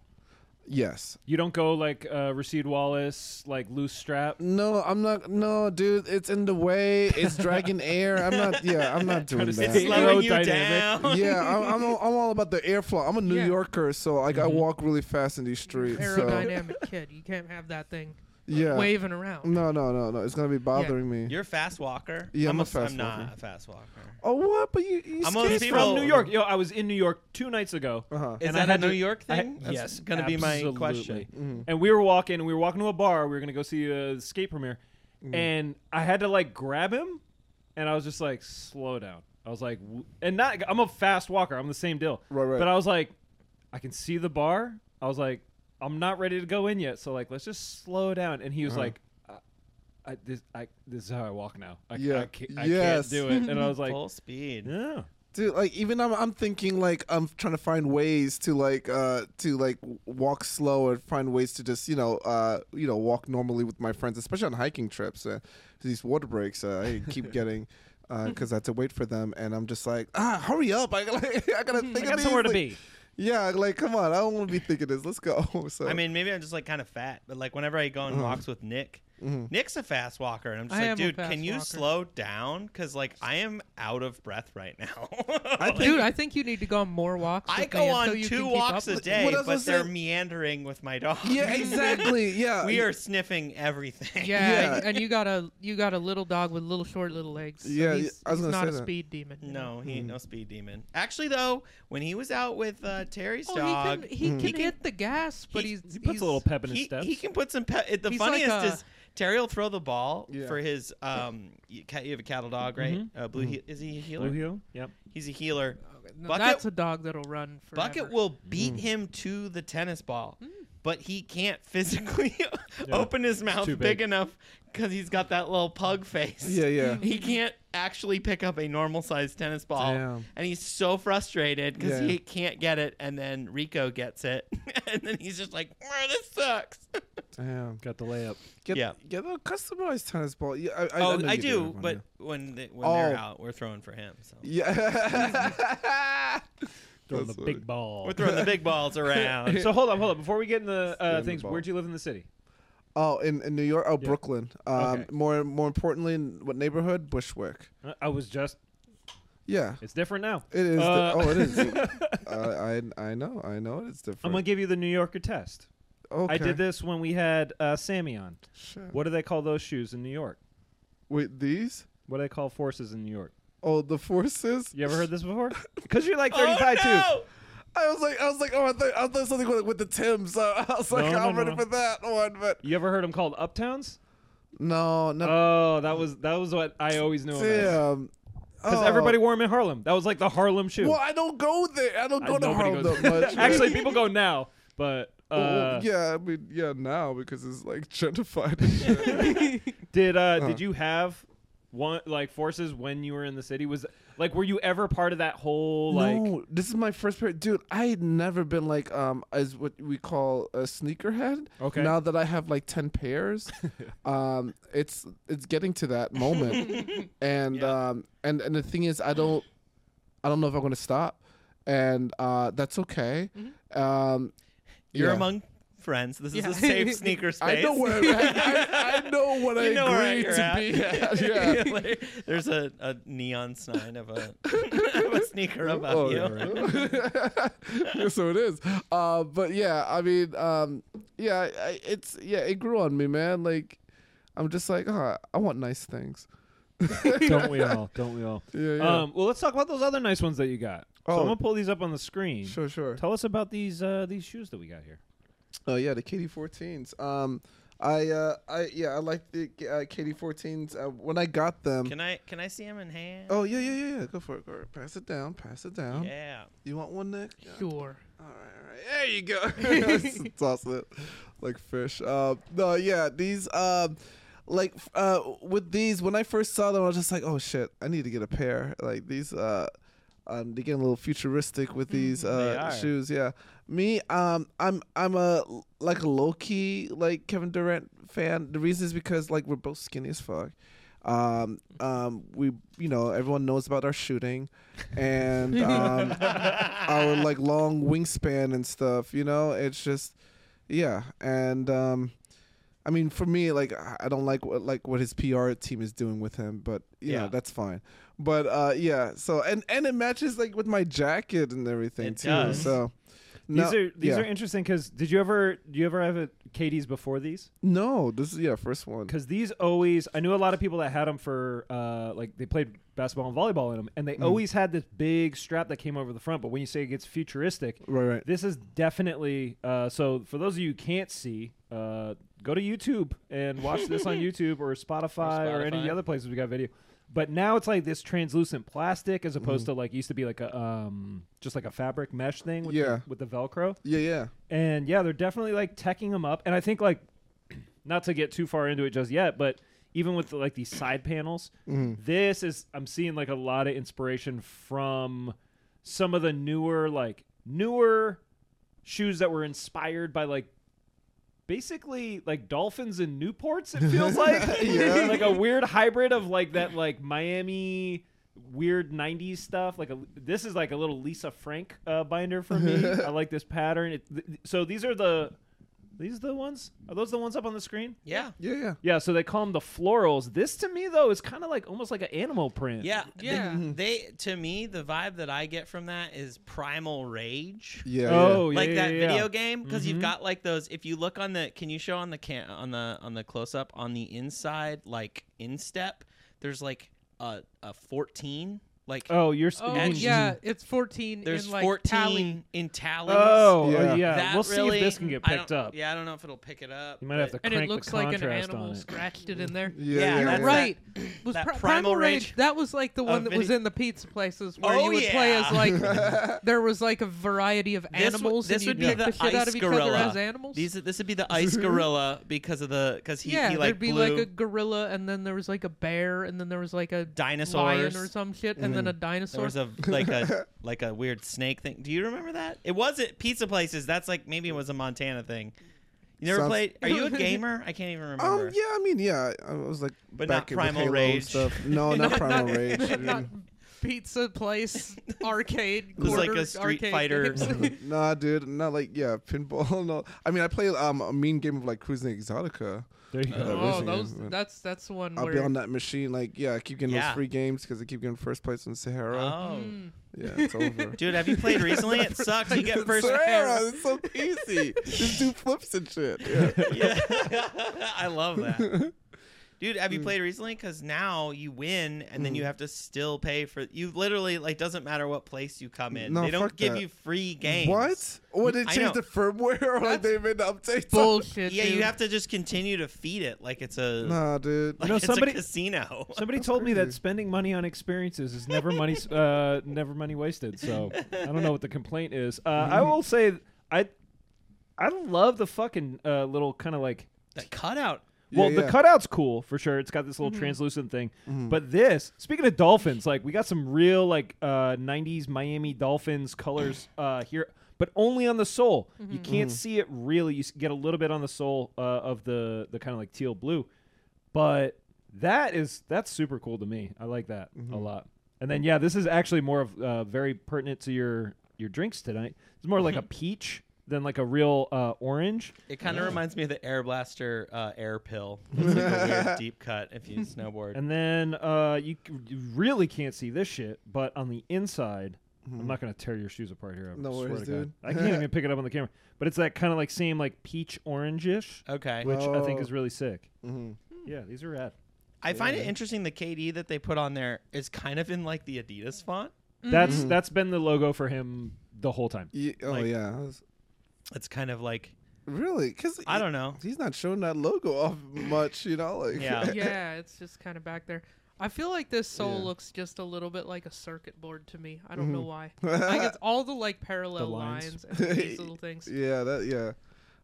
yes.
You don't go like uh, Rasheed Wallace, like loose strap.
No, I'm not. No, dude, it's in the way. It's dragging air. I'm not. Yeah, I'm not doing
to
that.
say-
Slowing you
Aerodynamic.
down.
yeah, I'm, I'm, all, I'm all about the airflow. I'm a New
Yeah.
Yorker, so like
Mm-hmm.
I walk really fast in these streets. so-
aerodynamic kid. You can't have that thing
yeah.
waving around.
No, no, no, no. It's gonna be bothering me.
You're a fast walker.
Yeah, I'm a
s-
fast
I'm not
walker.
a fast walker.
oh what? But you. you
I'm one of
skate
those
From
People-
New York. Yo, I was in New York two nights ago.
Uh-huh.
Is
and I
that a
had
New
to-
York
I-
thing? That's
yes,
gonna be my
absolutely.
question.
Mm-hmm.
And we were walking, and we were walking to a bar. We were gonna go see a skate premiere,
Mm-hmm.
and I had to like grab him, and I was just like, slow down. I was like, w- and not. I'm a fast walker. I'm the same deal.
Right, right.
But I was like, I can see the bar. I was like, I'm not ready to go in yet. So like, let's just slow down. And he
Uh-huh.
was like. "I- I, this I this is how I walk now. I,
Yeah.
I, can't, I
Yes.
can't do it. And I was like,
Full speed.
yeah.
Dude, like even I'm, I'm thinking like I'm trying to find ways to like uh to like w- walk slow and find ways to just you know uh you know walk normally with my friends, especially on hiking trips. Uh, these water breaks uh, I keep getting because I have to wait for them, and I'm just like ah hurry up! I, like, I gotta think
Mm-hmm. I
of
got
these,
somewhere to
like-
be.
Yeah, like come on, I don't want to be thinking this. Let's go. so Mm-hmm.
I mean, maybe I'm just like kind of fat, but like whenever I go on walks with Nick, Nick's a fast walker, and I'm just
I
like,
am a
dude,
fast
can you
walker."
slow down? Because like I am out of breath right now.
I think-
Dude, I think you need to go on more walks.
I
with
go
me
on
until you
two
can keep
walks
up
a
with
day,
What I was
but
gonna
they're
say-
meandering with my dog.
Yeah, exactly. Yeah.
we are sniffing everything.
me. Yeah,
Yeah.
And, and you got a you got a little dog with little short little legs. so
Yeah,
he's,
I was
he's
gonna
not
say
a
that.
speed demon. you know?
No, he
Mm-hmm.
ain't no speed demon. Actually, though, when he was out with uh, Terry's
Oh,
dog,
he can,
Mm-hmm.
he can
He can-
hit the gas, but
he-
he's
He puts
he's,
a little pep in his
he,
steps.
he can put some. Pe- the
He's like
funniest
a-
uh,
is Terry will throw the ball
Yeah.
for his. Um, you, ca- you have a cattle dog, right? Uh, Blue He- is he a healer?
Mm-hmm. Blue heel? Yep.
He's a healer.
No,
Bucket-
that's a dog that'll run Uh, forever.
Bucket will beat
Mm.
him to the tennis ball, but he can't physically open his mouth
too
big.
big.
enough because he's got that little pug face.
Yeah, yeah.
He can't actually pick up a normal sized tennis ball,
Damn.
and he's so frustrated because
Yeah.
he can't get it. And then Rico gets it, and then he's just like, "Meh, "This sucks."
Damn.
Got the layup.
Get,
Yeah.
Get a customized tennis ball. Yeah. I, I,
oh,
know
I,
you
do,
I
but
know.
when they, when they're
Oh.
out, we're throwing for him. So.
yeah.
Throwing
That's
the
funny.
big ball. Uh,
We're throwing the big balls around.
so hold up, hold up. Before we get in the
Yeah,
uh,
in the
things,
ball.
where'd you live in the city?
oh, in, in New York. Oh, Brooklyn. Um,
Okay.
More more importantly, in what neighborhood? Bushwick.
Uh, I was just.
Yeah.
It's different now.
It is.
Uh,
di- oh, it is. I, I I know. I know it's different.
I'm gonna give you the New Yorker test.
okay.
I did this when we had uh, Sammy on.
Shit.
What do they call those shoes in New York?
Wait, these?
What do they call forces in New York?
Oh, the forces.
You ever heard this before? Because you're like
oh
35 too.
no!
I was like, I was like, oh, I thought, I thought something with, with the Tim. So I was like,
No,
I'm
no,
ready
no.
for that one, but
You ever heard them called uptowns?
no, no.
Oh, that was that was what I always knew. Because
Damn. Oh.
everybody wore them in Harlem. That was like the Harlem shoe.
Well, I don't go there. I don't
I-
go to
nobody
Harlem
goes-
that much.
Actually, people go now, but uh,
Well, yeah, I mean, yeah, now because it's like gentrified. and shit.
did uh, did you have one like forces when you were in the city? Was like were you ever part of that whole like?
no, this is my first pair, dude. I had never been like um as what we call a sneakerhead.
Okay.
Now that I have like ten pairs, um, it's it's getting to that moment, and um and and the thing is, I don't, I don't know if I'm gonna stop, and uh that's okay. Um,
You're
yeah.
among friends. This
Yeah.
is a safe sneaker space.
I know where I'm at. I, I know what I
You know where
agreed
you're
to
at.
be at. Yeah.
Like, There's a, a neon sign of a, of a sneaker about
Oh,
you.
yeah, so it is. Uh, but yeah, I mean, um, yeah, I- I, it's yeah, it grew on me, man. Like, I'm just like, huh, I want nice things.
don't we all? Don't we all?
Yeah, yeah.
Um, well, let's talk about those other nice ones that you got. So
Oh.
I'm gonna pull these up on the screen.
sure, sure.
Tell us about these uh, these shoes that we got here.
Oh yeah, the KD14s. Um, I uh, I yeah, I like the uh, KD14s. Uh, when I got them.
Can I can I see him in hand?
Oh yeah, yeah, yeah, yeah. Go for it, go for it. Pass it down, pass it down.
yeah.
You want one, Nick? Yeah.
Sure.
All right, all right. There you go. Just Toss it like fish. Uh, no, yeah, these. Um, like f- uh, with these, when I first saw them, I was just like, "Oh shit, I need to get a pair." Like these, uh, um, they get a little futuristic with these uh,
are.
shoes. Yeah, me, um, I'm I'm a like a low key like Kevin Durant fan. The reason is because like we're both skinny as fuck. Um, um, we you know everyone knows about our shooting, and um, our like long wingspan and stuff. You know, it's just yeah, and um, I mean for me, like I I don't like what like what his PR team is doing with him, but you know
Yeah.
that's fine. But uh, yeah, so and and it matches like with my jacket and everything
It
too.
does.
So.
These
no-
are these
yeah.
are interesting because did you ever do you ever have a KDs before these?
no. This is yeah, first one.
Because these always I knew a lot of people that had them for uh, like they played basketball and volleyball in them, and they
Mm.
always had this big strap that came over the front. But when you say it gets futuristic,
Right, right.
this is definitely uh, so. For those of you who can't see, uh, go to YouTube and watch this on YouTube or Spotify, or any of the
Spotify.
other places we got video. But now it's like this translucent plastic, as opposed
Mm-hmm.
to like used to be like a um, just like a fabric mesh thing with
Yeah.
the, with the Velcro.
Yeah, yeah.
And yeah, they're definitely like teching them up. And I think like not to get too far into it just yet, but even with like these side panels, this is I'm seeing like a lot of inspiration from some of the newer like newer shoes that were inspired by like basically like dolphins and newports it feels like
Yeah.
like a weird hybrid of like that like miami weird 90s stuff like a, this is like a little lisa frank uh, binder for me i like this pattern it, th- th- so these are the These the ones? Are those the ones up on the screen?
Yeah.
Yeah, yeah.
Yeah, so they call them the florals. This to me though is kind of like almost like an animal print.
Yeah.
Yeah.
Mm-hmm.
They, they- to me the vibe that I get from that is primal rage.
Yeah.
Oh, yeah.
Like that
yeah, yeah.
video game because
Mhm.
you've got like those. If you look on the, can you show on the can on the on the close up on the inside like instep? There's like a a fourteen. Like
Oh, you're. s-
Oh
you mean-
yeah, it's 14
there's
in like
fourteen
tally.
in tallies.
Oh,
Yeah.
yeah.
That
we'll see
really-
if this can get
I
picked
don't-
up.
Yeah, I don't know if it'll pick it up.
You might have
but-
to
And
crank
it looks
the
like an
contrast on
animal
it.
scratched it in there.
Yeah,
Yeah,
yeah,
that's
yeah.
right. was
that
Pri-
Primal
Primal
Rage.
Rage. That was like the one
Of
that was
any-
in the pizza places where
Oh,
you would play
yeah.
as like there was like a variety of
This would-
animals
this would
and
be
you knock
the
the shit out
ice
of each other
gorilla.
as animals.
These this would be the ice gorilla because of the because he,
yeah,
he like
there'd be
blew
like a gorilla and then there was like a bear and then there was like a
dinosaurs
lion or some shit and then a
There
dinosaur.
was a like a like a weird snake thing. Do you remember that? It wasn't pizza places. That's like maybe it was a Montana thing. You never
Sounds-
played? Are you a gamer? I can't even remember.
Um. Yeah. I mean, yeah. I I was like,
But not
back in with
Primal
Halo and
Rage.
Stuff. No, Oh, not, Primal
not-
Rage. I
not
mean,
pizza place arcade.
was like
quarter
a Street
arcade
Fighter.
games.
nah, dude. Not like yeah, pinball. No. I mean, I played um a mean game of like Cruising Exotica.
There you
Yeah, that
go.
was
oh,
a
those
game, but-
that's that's the one
I'll
where
be on that machine. Like, yeah, I keep getting
Yeah.
those free games because I keep getting first place in Sahara.
Oh,
Mm.
Yeah, it's over.
dude, have you played recently? It sucks. You get first.
Sahara, it's so easy. Just do flips and shit. Yeah.
yeah. I love that. Dude, have
Mm.
you played recently? Because now you win, and then you have to still pay for. You literally like doesn't matter what place you come in.
No,
they don't
fuck
give
that.
you free games.
What? What they
I
changed the
know.
firmware or like they made updates? on-
bullshit.
Yeah, you
dude.
have to just continue to feed it like it's a
Nah, dude.
like
No,
it's
somebody-
a casino.
Somebody told me that
crazy.
spending money on experiences is never money, s- uh, never money wasted. So I don't know what the complaint is. Uh, I will say, I, I love the fucking uh, little kind of like
the cutout.
Yeah,
Well, the
yeah. Mm-hmm.
cutout's cool for sure. It's got this little translucent thing. But this, speaking of dolphins, like we got some real like uh, '90s Miami Dolphins colors uh, here, but only on the sole. You
Mm-hmm.
can't see it really. You s- get a little bit on the sole uh, of the the kind of like teal blue, but that is that's super cool to me. I like that
Mm-hmm.
a lot. And then yeah, this is actually more of uh, very pertinent to your your drinks tonight. It's more like a peach than like a real uh, orange.
It kind of reminds me of the Air Blaster uh, Air Pill. It's like a weird deep cut if you snowboard.
And then uh, you, c- you really can't see this shit, but on the inside, I'm not gonna tear your shoes apart here. I
Mm-hmm. No
swear
worries,
to God.
dude.
I can't even pick it up on the camera, but it's that kind of like same like peach orangish,
okay.
which I think is
Oh.
really sick.
Mhm.
Yeah, these are rad.
I find it interesting the KD that they put on there is kind of in like the Adidas font.
That's that's been the logo for him the whole time.
Ye- oh
Like-
Mm-hmm. yeah. I was-
It's kind of like
Really? Because
I don't know.
He's not showing that logo off much, you know. Like
Yeah.
yeah, it's just kind of back there. I feel like this soul
Yeah.
looks just a little bit like a circuit board to me. I don't know why.
Mm-hmm.
Like it's all the like parallel
The lines.
lines. and these little things.
Yeah, that yeah.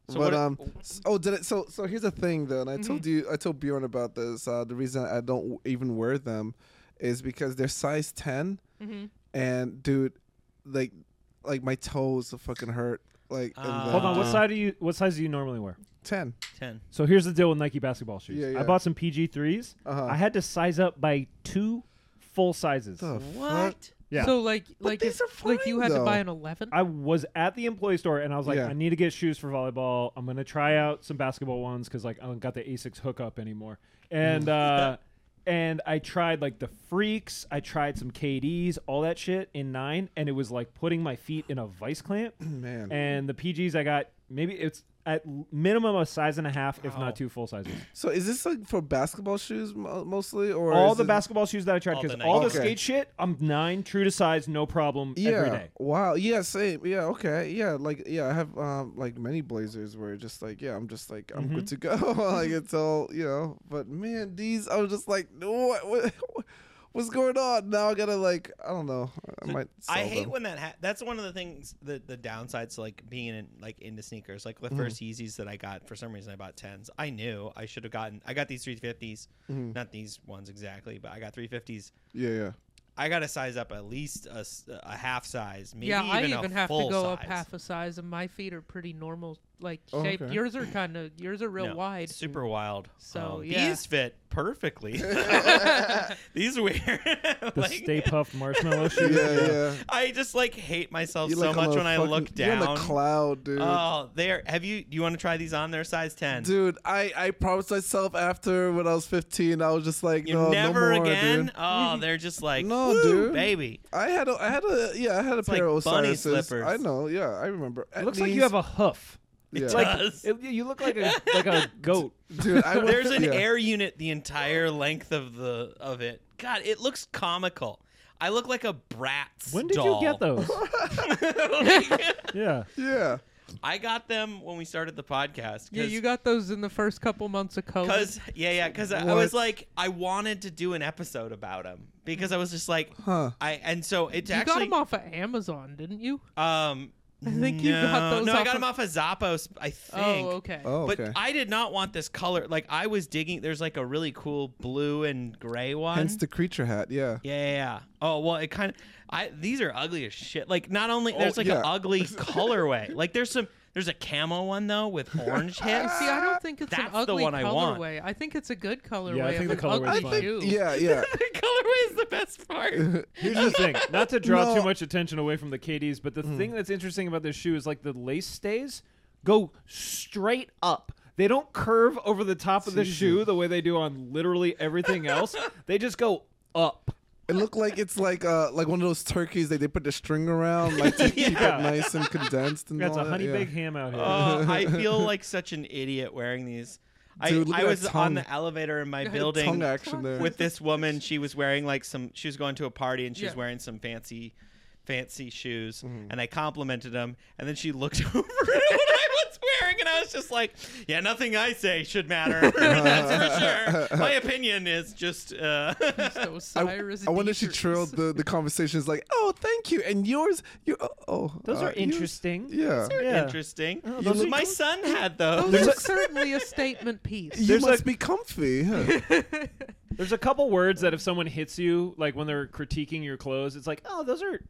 So
but
what-
um, s- oh, did it? So so here's the thing though, and I told you, I told Bjorn about this. Uh, the reason I don't w- even wear them is because they're size 10 and dude, like, like my toes fucking hurt. Like and
Ah.
the-
Hold on, what
Uh,
side do you? What size do you normally wear?
ten?
ten.
So here's the deal with Nike basketball shoes.
Yeah,
I
yeah.
bought some PG 3s
Uh-huh.
I had to size up by two full sizes.
The fuck?
What?
yeah.
So like like
these
if-
are
like you
fine,
had to buy
though.
an eleven.
I was at the employee store and I was like,
Yeah.
I need to get shoes for volleyball. I'm gonna try out some basketball ones because like I don't got the Asics hookup anymore.
Mm.
And uh, and I tried like the freaks. I tried some KDs, all that shit in nine, and it was like putting my feet in a vice clamp.
Man.
And the PGs I got maybe it's at l- minimum a size and a half, if
Wow.
not two full sizes.
So is this like for basketball shoes mo- mostly, or
all
is
the
it-
basketball shoes that I tried
All
because
the
all the
Nikes. Okay.
skate shit, I'm nine, true to size, no problem
Yeah.
every day.
Wow. Yeah. Same. Yeah. Okay. Yeah. Like. Yeah. I have um like many blazers where just like yeah I'm just like I'm
Mm-hmm.
good to go like it's all you know but man these I was just like no what, what what's going on now I gotta like I don't know I might sell
I hate
them.
when that. Ha- that's one of the things that the downsides, like being in, like into sneakers. Like the first Yeezys that I got, for some reason I bought tens. I knew I should have gotten. I got these three not these ones exactly, but I got three fifties.
yeah yeah
I got to size up at least a, s- a half size, maybe
yeah,
even
I
a
even have to
full
go
size.
up half a size, and my feet are pretty normal like
Oh,
shaped.
okay.
Yours are kind of yours are real
No,
wide.
Super wild.
So,
Um,
yeah.
These fit perfectly. these weird.
The Stay Puffed marshmallow
yeah,
shoe.
yeah.
I just like hate myself
You're
so
like on
much
a
when I
fucking-
look
You're in the
down.
cloud, dude.
Oh, there. Have you? You want to try these on? They're size ten.
Dude, I, I promised myself after when I was 15, I was just like,
you
no,
never
no more,
again.
dude.
Mm-hmm.
Oh, they're just like
No,
woo,
dude.
baby.
I had a, I had a, yeah, I had a
like
pair of
bunny
Osiris's.
slippers.
I know, yeah, I remember.
It looks like you have a hoof.
yeah.
It
Like
does.
it- you look like a like a goat.
dude. I would-
There's an
yeah.
air unit the entire length of the of it. God, it looks comical. I look like a brat's
When did
doll.
you get those?
them?
Yeah.
Yeah,
I got them when we started the podcast.
Yeah, you got those in the first couple months of COVID.
Cause yeah, yeah, because I, I was
What?
like, I wanted to do an episode about them because I was just like,
huh?
I and so it's
you got
actually
them off of Amazon, didn't you?
um.
I think you got
no,
those
No, I
off
got
of-
them off of Zappos. I think.
Oh, okay.
Oh, okay.
But I did not want this color. Like I was digging. There's like a really cool blue and gray one.
Hence the creature hat. Yeah.
Yeah, yeah, yeah. Oh well, it kind of. I these are ugly as shit. Like not only
Oh,
there's like
yeah.
an ugly colorway. Like there's some there's a camo one though with orange
You
hips.
See, I don't think it's an
That's the
ugly
one I want.
colorway. I think it's a good colorway.
I think
of
the
an
colorway's
ugly
fine.
I
shoe.
think, yeah, yeah.
the colorway is the best part.
Here's the thing. Not to draw
No.
too much attention away from the KDs, but the thing that's interesting about this shoe is like the lace stays go straight up. They don't curve over the top of the shoe the way they do on literally everything else. they just go up.
It looked like it's like uh like one of those turkeys that they put the string around like to keep
Yeah.
it nice and condensed and
That's
all
a
that,
honey
yeah.
baked ham out here.
Oh, I feel like such an idiot wearing these.
Dude, look
I, I
at that
was on
tongue.
the elevator in my
tongue
building
action there.
with this woman. She was wearing like some. She was going to a party and she was
Yeah.
wearing some fancy, fancy shoes.
Mm-hmm.
And I complimented them, and then she looked over at what I was wearing, and I was just like, "Yeah, nothing I say should matter. That's for sure. My opinion is just." Uh,
So
I,
Cyrus
I wonder if she
Deeters.
trailed the, the conversations like, oh, thank you, and yours, you, oh, oh
Those
uh,
are
yours-
interesting.
yeah, Oh,
Yeah.
Interesting.
those are
my
cool.
son had those.
Those are Oh, certainly a statement piece.
you
There's
must
a-
be comfy. huh?
There's a couple words that if someone hits you, like when they're critiquing your clothes, it's like, oh, those are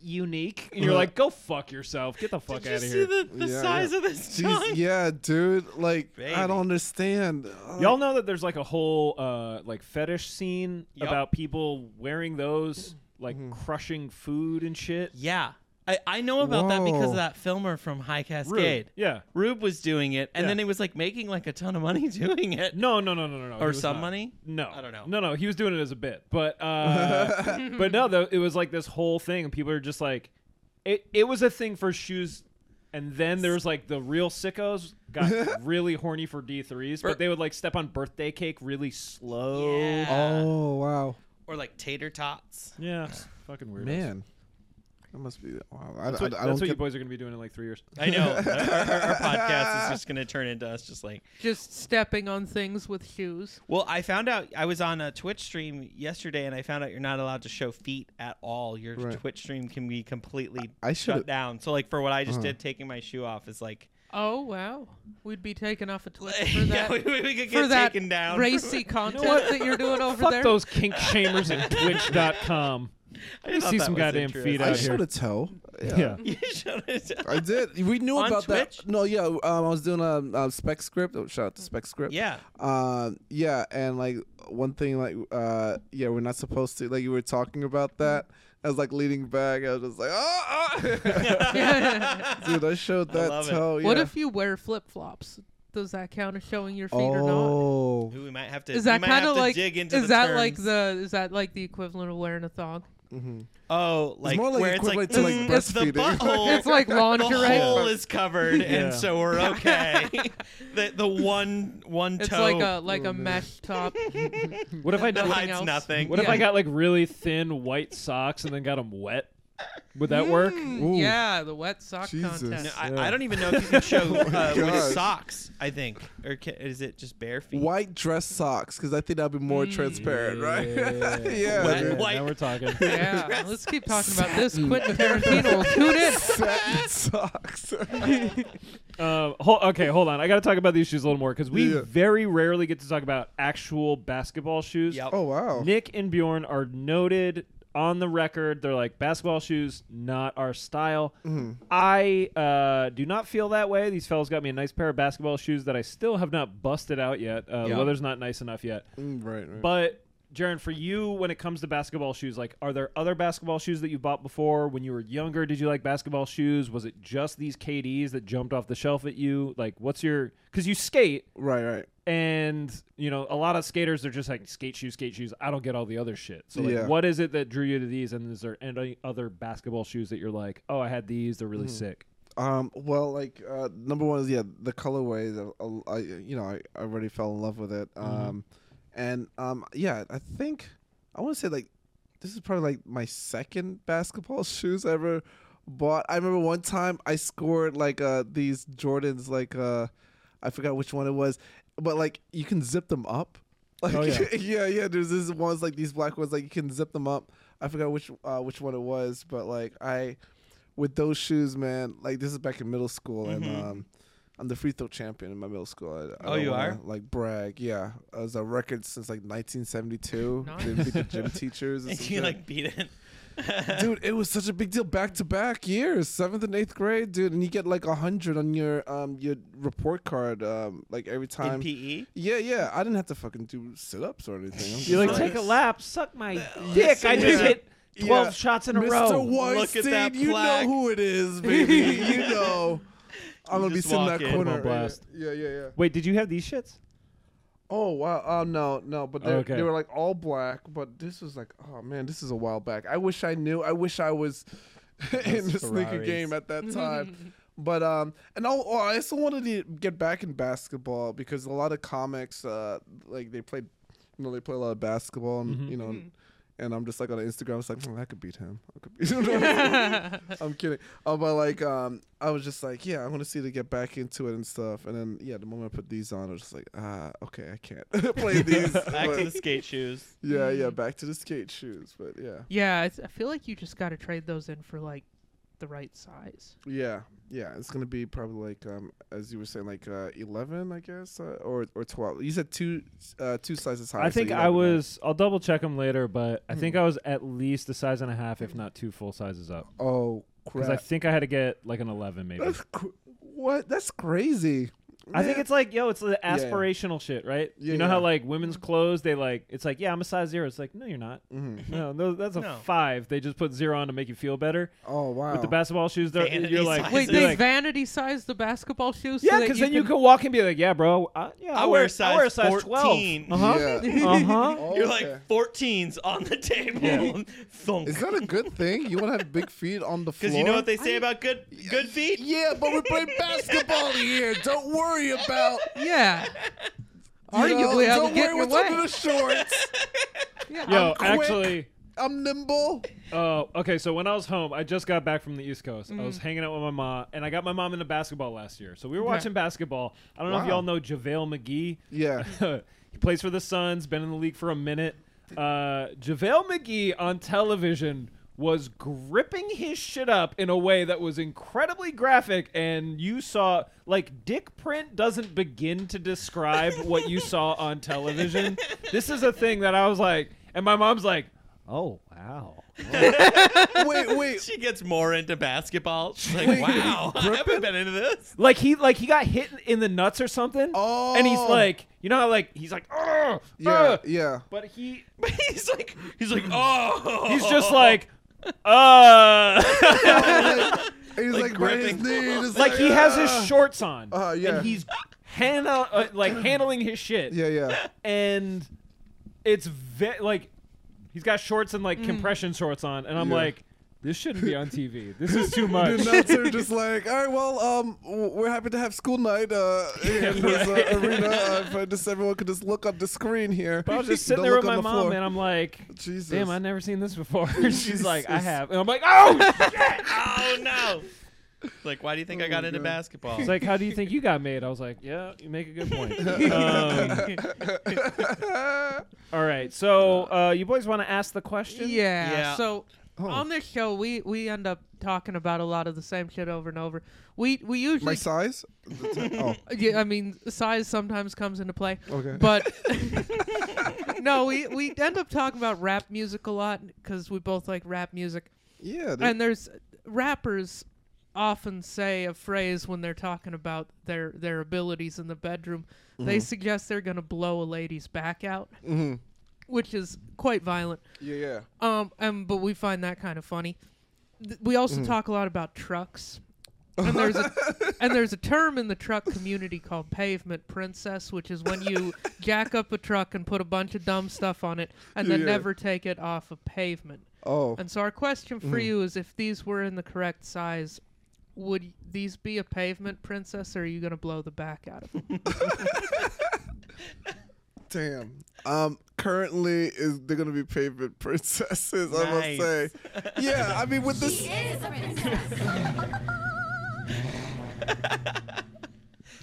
unique. And you're
Uh-huh.
like, go fuck yourself. Get the fuck
Did you
out of
see
here.
the, the
Yeah,
size
yeah.
of this tongue?
Jeez, yeah, dude, like I
Baby.
don't understand. Uh,
Y'all know that there's like a whole uh, like fetish scene
Yup. Mm-hmm.
about people wearing those, like crushing food and shit.
Yeah. I, I know about that because of
Whoa.
that filmer from High Cascade.
Rude. Yeah.
Rube was doing it, and
Yeah.
then he was like making like a ton of money doing it.
No, no, no, no, no, no. he
or
was
some
not.
money.
No,
I don't know.
No, no, he was doing it as a bit, but uh, but no, though it was like this whole thing, and people are just like, it. It was a thing for shoes, and then there was like the real sickos got really horny for D threes,
Bur-
but they would like step on birthday cake really slow.
Yeah.
Oh wow,
Or like tater tots.
Yeah, fucking weird.
man, that must be wow. I,
that's what,
I, I
that's
don't
what you
get,
boys are gonna be doing in like three years.
I know. our, our- our podcast is just going to turn into us just like.
Just stepping on things with shoes.
Well, I found out I was on a Twitch stream yesterday, and I found out you're not allowed to show feet at all. Your
Right.
Twitch stream can be completely
I
shut
should.
down. So, like for what I just
Uh-huh.
did, taking my shoe off is like
Oh wow, we'd be taken off a Twitch for
yeah,
that.
we, we could
for
get
that
taken down.
racy content
what?
that you're doing over
Fuck
there.
those kink shamers at Twitch.com.
I just thought
see
that
some
was
goddamn
interesting.
feet
I
out
showed a toe.
Yeah.
You showed it.
I did. We knew
On
about
Twitch?
that. No, yeah. Um, I was doing a, um spec script. Oh, shout out to spec script.
Yeah.
Um, yeah, and like one thing, like uh, yeah, we're not supposed to. Like you were talking about that. I was like leaning back. I was just like, oh, oh. dude, I showed that
love it.
toe.
What
yeah.
if you wear flip flops? Does that count as showing your feet or not?
Oh,
Who we might have to.
Is that
kind of
like
Dig into
is
the
that
terms.
like the is that like the equivalent of wearing a thong?
Oh, like
more like
where it's like,
equivalent to, like,
mm, it's the
breastfeeding.
butthole.
It's like lingerie.
The hole is covered,
Yeah.
and so we're okay. the the one one
It's
toe.
like a like a mesh top.
What if I
that
nothing
did-
hides
else.
nothing.
What if
Yeah.
I got like really thin white socks and then got them wet? Would that work?
Hmm.
Ooh.
yeah, the wet sock
Jesus.
contest.
No, I,
Yeah.
I don't even know if you can show uh,
Oh my
with
gosh.
socks. I think, or ca- is it just bare feet?
white dress socks? Because I think that'd be more transparent, right?
Yeah.
yeah.
Wet-
dude.
wet- White-
Now we're talking.
Yeah, let's keep talking about this. Quentin Tarantino will tune in.
Satin socks.
Um, hol- okay, hold on. I got to talk about these shoes a little more because we
Yeah.
very rarely get to talk about actual basketball shoes.
Yep.
oh wow.
Nick and Bjorn are noted on the record. They're like basketball shoes, not our style. I uh, do not feel that way. These fellas got me a nice pair of basketball shoes that I still have not busted out yet. Uh,
Yeah.
The leather's not nice enough yet.
Mm, right, right.
But Jaron, for you, when it comes to basketball shoes, like, are there other basketball shoes that you bought before when you were younger? Did you like basketball shoes? Was it just these KDs that jumped off the shelf at you? Like, what's your? Because you skate,
right, right.
and you know a lot of skaters they're just like skate shoes, skate shoes. I don't get all the other shit. So, like,
Yeah.
what is it that drew you to these? And is there any other basketball shoes that you're like, oh, I had these. They're really sick.
Um, well, like uh, number one is yeah, the colorways. I, I you know I, I already fell in love with it.
Mm-hmm.
Um, and um, yeah, I think I want to say like this is probably like my second basketball shoes I ever bought. I remember one time I scored like uh these Jordans like uh I forgot which one it was, but like you can zip them up. Like,
Oh, yeah.
yeah, yeah. There's this ones like these black ones like you can zip them up. I forgot which uh, which one it was, but like I with those shoes, man. Like this is back in middle school, and um, I'm the free throw champion in my middle school. I, I
Mm-hmm. Oh,
don't
you
wanna,
are?
Like brag, yeah. It was a record since like 1972.
Nice.
Didn't beat the gym teachers. and
And
some
you
shit.
like beat it.
dude, it was such a big deal. Back to back years, seventh and eighth grade, dude, and you get like a hundred on your um your report card, um like every
in
time.
PE.
yeah, yeah. I didn't have to fucking do sit ups or anything. I'm
You're
just
like, take a lap, suck my
Yes,
dick. I
yeah.
just hit
Yeah.
twelve shots in a
Mr.
row.
Look at
Weinstein,
that
you know
plaque.
who it is, baby. you know. I'm
You
gonna be
just
sitting in
walk
that
in.
corner.
Put 'em on blast.
Yeah, yeah, yeah.
Wait, did you have these shits?
Oh wow. Oh no, no. But they,
Okay.
they were like all black. But this was like, oh man, this is a while back. I wish I knew. I wish I was in the sneaker
Ferraris.
game at that time. but um, and oh, oh, I still wanted to get back in basketball because a lot of comics, uh, like they played, you know, they play a lot of basketball, and
Mm-hmm.
you know.
Mm-hmm.
And I'm just like on Instagram, it's like "Mm, I could beat him. I could beat him. I'm kidding. Uh, but like, um, I was just like, yeah, I want to see to get back into it and stuff. And then, yeah, the moment I put these on, I was just like, ah, okay, I can't play these.
Back to the
but-
skate shoes.
yeah, yeah, back to the skate shoes. But yeah,
Yeah, it's, I feel like you just got to trade those in for like the right size.
yeah, yeah. It's gonna be probably like, um, as you were saying, like uh, 11, I guess, uh, or or 12. You said two, uh, two sizes higher.
I
so
think
11,
I was. I'll double check them later, but I
Hmm.
think I was at least a size and a half, if not two full sizes up.
right? Oh
Because I
crap!
think I had to get like an eleven, maybe.
That's cr- what? That's crazy.
I think
Man.
it's like, yo, it's the
Yeah, yeah.
aspirational shit, right?
Yeah,
you know
yeah.
how like women's clothes, they like, it's like, yeah, I'm a size zero. It's like, no, you're not.
Mhm.
No, no, that's a
No.
five. They just put zero on to make you feel better.
Oh wow!
With the basketball shoes, they're,
Vanity
you're like,
size.
Wait,
So
you're
they
like,
vanity sized the basketball shoes?
yeah,
because
because then you can walk and be like, yeah, bro, I, yeah, I,
I wear
wear, I wear a
size
size 12.
14.
Uh huh.
Yeah.
Uh huh.
Oh,
You're
okay.
like 14s on the table.
Yeah.
Thunk.
Is that a good thing? You want to have big feet on the floor?
Because you know what they say about good good feet?
Yeah, but we're playing basketball here. Don't worry about.
Yeah.
you know,
Arguably, I
don't
would get
worry
in your
what's under
way.
the shorts.
Yeah,
Yo,
quick.
actually.
I'm nimble.
Oh, okay. So when I was home, I just got back from the East Coast. I was hanging out with my mom, and I got my mom into basketball last year. So we were
Okay.
watching basketball. I don't know if
Wow.
y'all know JaVale McGee.
Yeah.
he plays for the Suns, been in the league for a minute. Uh, JaVale McGee on television was gripping his shit up in a way that was incredibly graphic, and you saw, like, dick print doesn't begin to describe what you saw on television. This is a thing that I was like, and my mom's like, oh, wow.
Wait, wait.
She gets more into basketball. She's like, wow, I haven't been into this.
Like he like he got hit in the nuts or something.
Oh.
And he's like, you know how like he's like, oh,
Yeah, yeah.
But he
But he's like, he's like, oh.
he's just like, uh
And he's
Like
like, right his
gripping.
knee. Just
like he has
ah.
his shorts on.
Uh, yeah.
And he's hand uh, like handling his shit.
Yeah, yeah.
And it's ve- like he's got shorts and like compression shorts on, and I'm
Mm. Yeah.
like, this shouldn't be on TV. This is too much.
The announcer just like, all right, well, um, w- we're happy to have school night uh, in this uh, arena. Uh, if uh, just everyone could just look up the screen here.
But I was just sitting
Don't
there
look
with my
on the
mom,
floor.
and I'm like,
Jesus.
Damn, I've never seen this before. She's like, I
Jesus.
have. And I'm like, oh!
oh, no. Like, why do you think I got into
God.
basketball?
She's like, how do you think you got made? I was like, yeah, you make a good point. um, all right, so uh, you boys want to ask the question?
Yeah.
Yeah.
So on this show, we we end up talking about a lot of the same shit over and over. We we usually.
My size? oh,
yeah, I mean, size sometimes comes into play.
Okay.
But no, we we end up talking about rap music a lot because we both like rap music.
Yeah, dude.
And there's rappers often say a phrase when they're talking about their their abilities in the bedroom. They suggest they're gonna blow a lady's back out, which is quite violent.
yeah, yeah.
Um, and but we find that kind of funny. Th- We also talk a lot about trucks, and there's a and there's a term in the truck community called pavement princess, which is when you jack up a truck and put a bunch of dumb stuff on it, and then
Yeah.
never take it off of pavement.
Oh,
And so our question for you is, if these were in the correct size, would these be a pavement princess, or are you gonna blow the back out of them?
damn. Um, currently is they're gonna be pavement princesses. I must
Nice.
say. Yeah, I mean with this.
is a princess.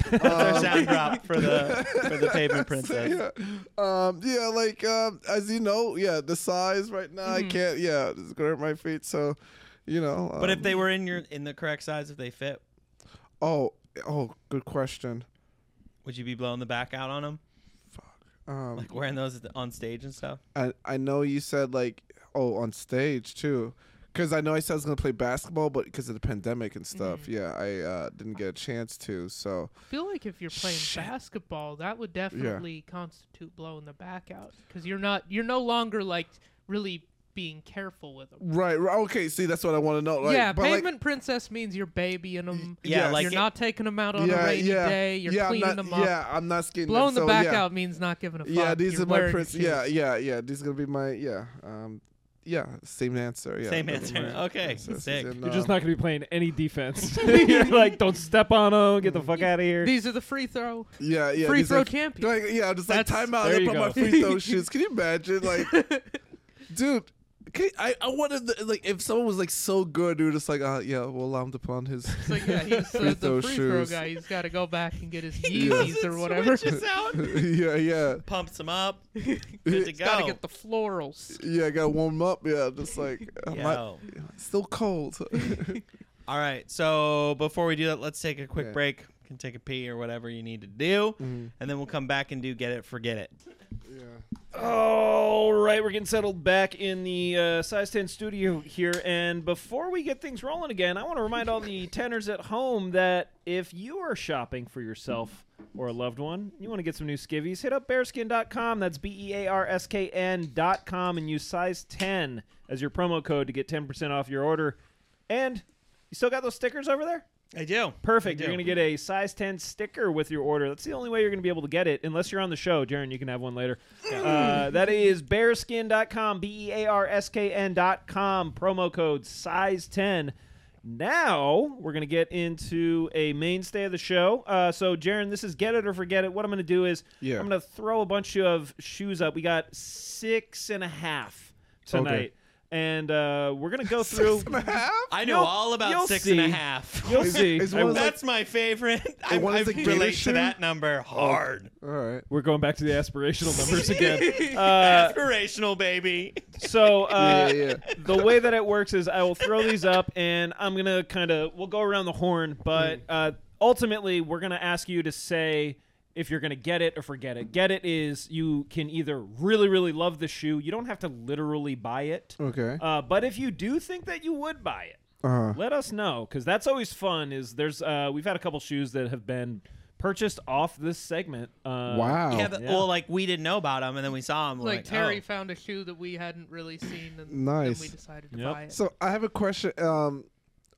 That's our sound drop for the for the pavement princess.
"Oh." Yeah. Um, yeah, like um, as you know, yeah, the size right now I can't. Yeah, it's gonna hurt my feet. So, you know.
Mm-hmm. But
um,
if they were in your in the correct size, if they fit,
oh oh, good question.
would you be blowing the back out on them,
Um,
like wearing those at the- on stage and stuff?
I I know you said like oh on stage too, because I know I said I was gonna play basketball, but because of the pandemic and stuff,
Mm-hmm.
yeah, I uh, didn't get a chance to. So
I feel like if you're playing basketball, that would definitely constitute blowing the back out because you're not you're no longer like really being careful with them.
right, right okay, see that's what I want to know. Like,
yeah,
but, like,
pavement princess means you're babying them.
Yeah,
Yes.
like
you're
it-
not taking them out on a rainy day. You're
yeah,
cleaning
I'm not,
them up.
Yeah, I'm not skinny.
Blowing
so,
the back
yeah.
out means not giving a fuck.
Yeah, these
You're
are my
wearing your
prints. Yeah,
shoes.
yeah, yeah. These are gonna be my yeah. Um, yeah, same answer. Yeah,
Same
they're
answer.
my
Okay,
princesses,
sick.
and,
You're just
um,
not going to be playing any defense. You're like, don't step on them. Get the fuck out of here.
These are the free throw.
Yeah, yeah.
Free
these
throw
like-
champion.
Like, yeah, I'm just like
That's-
time out.
there
I
you
put my
go.
free throw shoes. Can you imagine? Like, dude. can- I, I wanted the, like if someone was like so good, dude, it's like uh yeah, we'll allow him to put on his.
So yeah, he's
Free
the,
throw
the free throw
shoes.
guy. He's got to go back and get his
Does
Yeezys
it
or whatever.
switches out?
yeah, yeah,
Pumps them up. Good to
Got to
go.
get the florals.
yeah. I gotta warm up. Yeah, just like I'm not,
Yo.
still cold.
All right. So before we do that, let's take a quick
Okay.
break. You can take a pee or whatever you need to do,
Mm-hmm.
and then we'll come back and do get it, forget it.
All right, we're getting settled back in the uh, size 10 studio here. And before we get things rolling again, I want to remind all the tenors at home that if you are shopping for yourself or a loved one, you want to get some new skivvies, hit up bearskin.com. That's B E A R S K N.com and use size 10 as your promo code to get 10% off your order. And you still got those stickers over there?
I do.
Perfect.
I
You're
do.
going to get a size 10 sticker with your order. That's the only way you're going to be able to get it, unless you're on the show. Jaron, you can have one later. Uh, that is bearskin.com, B E A R S K N.com, promo code size 10. Now we're going to get into a mainstay of the show. Uh, so, Jaron, this is Get It or Forget It. What I'm going to do is
Yeah.
I'm going to throw a bunch of shoes up. We got six and a half tonight. And uh, we're going to go through.
I know
You'll-
all
you'll
about six and a
see.
half.
You'll see.
Is- is
I
one
will-
like-
That's my favorite. I,
one
I
is a gator
relate
shoe?
to that
Oh.
number hard.
All right.
We're going back to the aspirational numbers again. Uh,
Aspirational, baby.
so
Yeah,
uh,
yeah, yeah.
the way that it works is I will throw these up, and I'm gonna kind of we'll go around the horn,
Mm.
but uh, ultimately we're gonna ask you to say if you're gonna get it or forget it. Get it is you can either really really love the shoe, you don't have to literally buy it,
Okay.
uh, but if you do think that you would buy it,
Uh,
let us know because that's always fun. Is there's uh, we've had a couple shoes that have been purchased off this segment. Uh,
wow.
yeah, but,
yeah.
well, like we didn't know about him, and then we saw him.
like, Terry
oh.
found a shoe that we hadn't really seen, and
Nice.
then we decided to
Yep.
buy it.
So I have a question. Um,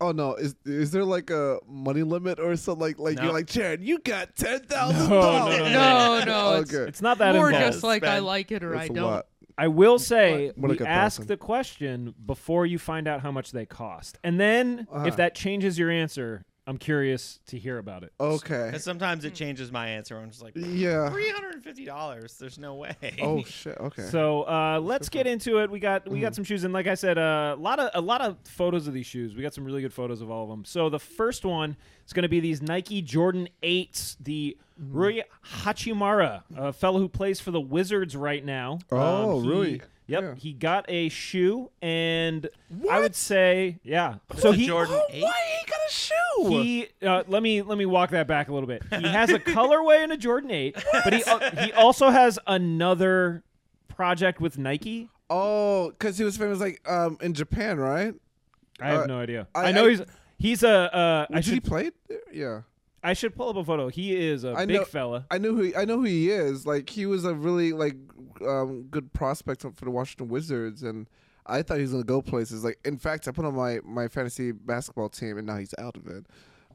oh no, is is there like a money limit or something? Like like
No.
you're like Jared, you got ten thousand
No,
dollars.
no,
no, no, it's-
okay.
It's not that
More
involved.
just like I
Ben.
like it or
That's
I
a
don't.
lot.
I will say
What a
we
good
ask
person.
the question before you find out how much they cost, and then
Uh-huh.
if that changes your answer, I'm curious to hear about it.
Okay.
'Cause sometimes it changes my answer. I'm just like,
Yeah.
three hundred and fifty dollars. There's no way.
Oh shit. Okay.
So uh, let's get into it. We got we
Mm.
got some shoes, and like I said, uh, a lot of a lot of photos of these shoes. We got some really good photos of all of them. So the first one is going to be these Nike Jordan Eights, the
Mm-hmm.
Rui Hachimara, a fellow who plays for the Wizards right now. Um,
Oh,
he-
Rui.
Yep,
Yeah.
he got a shoe, and I would say, yeah. So
It's a
he
Jordan
Oh,
8?
why he got a shoe?
He uh, let me let me walk that back a little bit. He has a colorway and a Jordan Eight, but he uh, he also has another project with Nike?
Oh, because he was famous like um in Japan, right?
I have
Uh,
no idea. I,
I-
know
I-
he's he's a. Uh, I
Did he
should
play it? there? Yeah,
I should pull up a photo. He is a
I
big
know-
fella.
I know who I know who he is. Like he was a really like um good prospect for the Washington Wizards, and I thought he was gonna go places. Like in fact, I put on my my fantasy basketball team, and now he's out of it.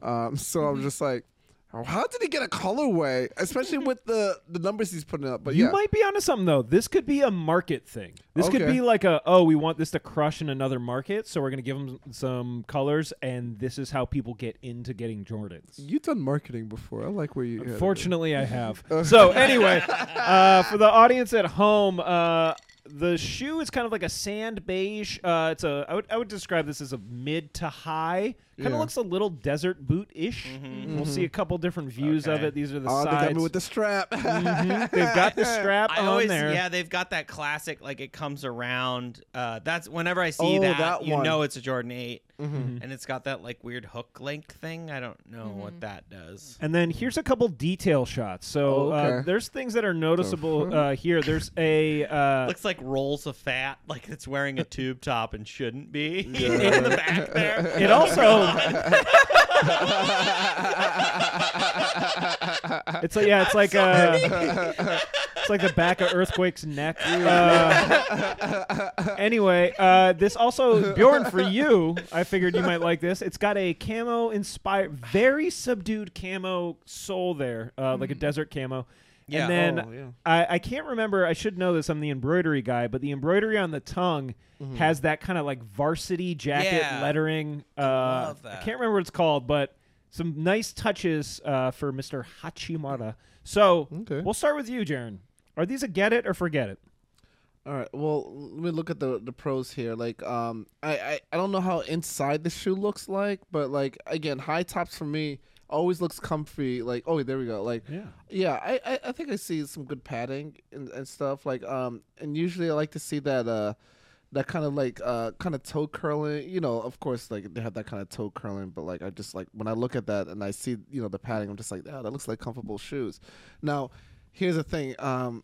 Um, so I'm just like. oh, How did he get a colorway? Especially with the the numbers he's putting up. But
You
yeah,
might be onto something though. This could be a market thing. This could
Okay.
be like a oh, we want this to crush in another market, so we're gonna give them some colors, and this is how people get into getting Jordans.
you've done marketing before. I like where you.
Fortunately, I have. so anyway, uh, for the audience at home, uh, the shoe is kind of like a sand beige. Uh, it's a I would I would describe this as a mid to high. Kind of
Yeah.
looks a little desert boot ish. We'll see a couple different views of
Mm-hmm. Okay.
it. These are the
Oh, they
sides.
got me with the strap.
Mhm. They've got the strap
I
on
always
there.
yeah, they've got that classic like it comes around. Uh, that's whenever I see
Oh,
that, Mm-hmm.
that
you
one.
know it's a Jordan 8 and it's got that like weird hook link thing. I don't know what that does.
And then here's a couple detail shots. So
Oh, okay.
uh, there's things that are noticeable
fuck?
uh, here. There's a uh,
Looks like rolls of fat, like it's wearing a tube top and shouldn't be
Yeah.
in the back there.
it also it's like yeah it's like uh, it's like the back of earthquake's neck. Uh, anyway, uh, this also Bjorn for you. I figured you might like this. It's got a camo inspired, very subdued camo sole there, uh, like a desert camo.
Yeah.
And then
Oh, Hmm. yeah.
I, I can't remember. I should know this. I'm the embroidery guy, but the embroidery on the tongue has that kind of like varsity jacket
Yeah.
lettering. Uh,
love
I
that.
can't remember what it's called, but some nice touches uh, for Mr. Hachimura. So
Okay.
we'll start with you, Jaren. Are these a get it or forget it?
All right. Well, let me look at the the pros here. Like, um, I, I I don't know how inside the shoe looks like, but like again, high tops for me always looks comfy. Like, oh, there we go. Like,
Yeah.
yeah. I I, I think I see some good padding and, and stuff. Like, um, and usually I like to see that uh. That kind of like uh kind of toe curling, you know. Of course, like they have that kind of toe curling, but like I just like when I look at that and I see you know the padding, I'm just like, oh, that looks like comfortable shoes. Now, here's the thing. Um,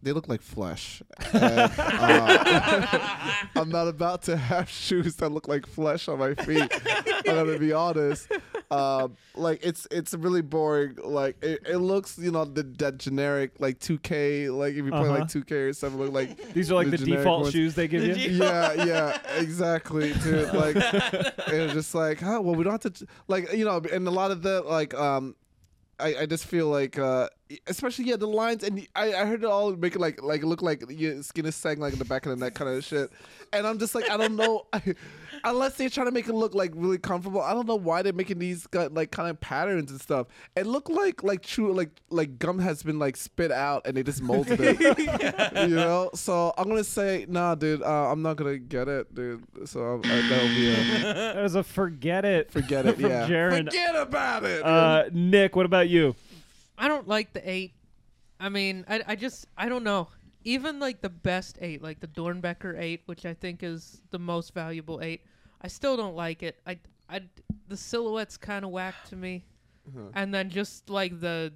they look like flesh. And, uh, I'm not about to have shoes that look like flesh on my feet. I'm gonna be honest. Um, like it's it's really boring. Like it, it looks, you know, the that generic like 2K. Like if you play
Uh-huh.
like 2K or something, look like
These are like the,
generic
default
ones.
shoes they give you.
Yeah, yeah, exactly, dude. Like it was just like, huh, well, we don't have to, like, you know, and a lot of the like, um, I, I just feel like, uh, especially yeah, the lines, and I, I heard it all make it like like look like your skin is sagging like in the back of the neck kind of shit, and I'm just like, I don't know, unless they're trying to make it look like really comfortable, I don't know why they're making these gu- like kind of patterns and stuff. It looked like like true like like gum has been like spit out and they just molded it, you know. So I'm gonna say, nah, dude, uh, I'm not gonna get it, dude. So I'm, I, that'll be a
That was a forget it.
forget it,
from
yeah.
Jared.
Forget about it.
Uh, Nick, what about you?
I don't like the eight. I mean, I, I just I don't know. Even like the best eight, like the Dornbecker eight, which I think is the most valuable eight, I still don't like it. I I the silhouette's kind of whack to me, and then just like the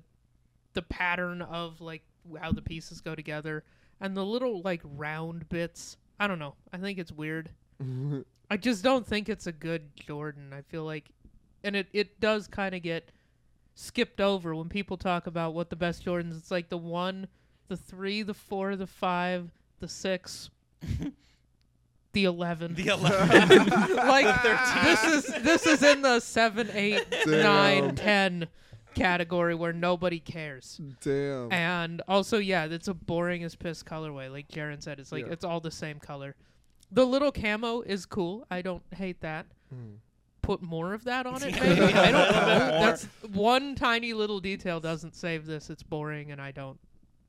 the pattern of like how the pieces go together and the little like round bits. I don't know. I think it's weird. I just don't think it's a good Jordan. I feel like, and it it does kind of get skipped over when people talk about what the best Jordans. It's like the one, the three, the four, the five, the six, the eleven.
The 11.
like this is this is in the seven, eight, nine,
Damn.
ten category where nobody cares.
Damn.
And also, yeah, that's a boring as piss colorway. Like Jaren said, it's like
Yeah.
it's all the same color. The little camo is cool. I don't hate that.
Hmm.
Put more of that on it, maybe. I don't know.
More.
That's one tiny little detail doesn't save this. It's boring, and I don't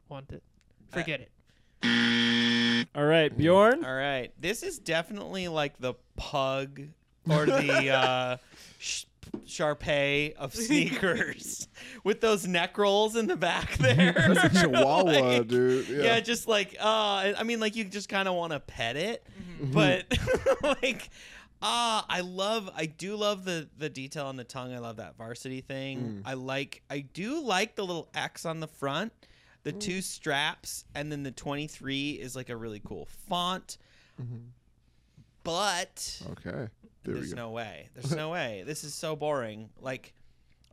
want it. Forget it.
All right, Bjorn.
All right. This is definitely like the pug or the uh, sh- Sharpay of sneakers with those neck rolls in the back there.
That's a chihuahua,
Like,
dude.
Yeah.
Yeah.
just like, uh, I mean, like you just kind of want to pet it, but like. Ah, I love, I do love the the detail on the
Mm.
tongue. I love that varsity thing. I like, I do like the little X on the front. the two straps, and then the 23 is like a really cool font.
Mm-hmm.
But
Okay. There we
there's
go.
no way. There's no way. This is so boring. Like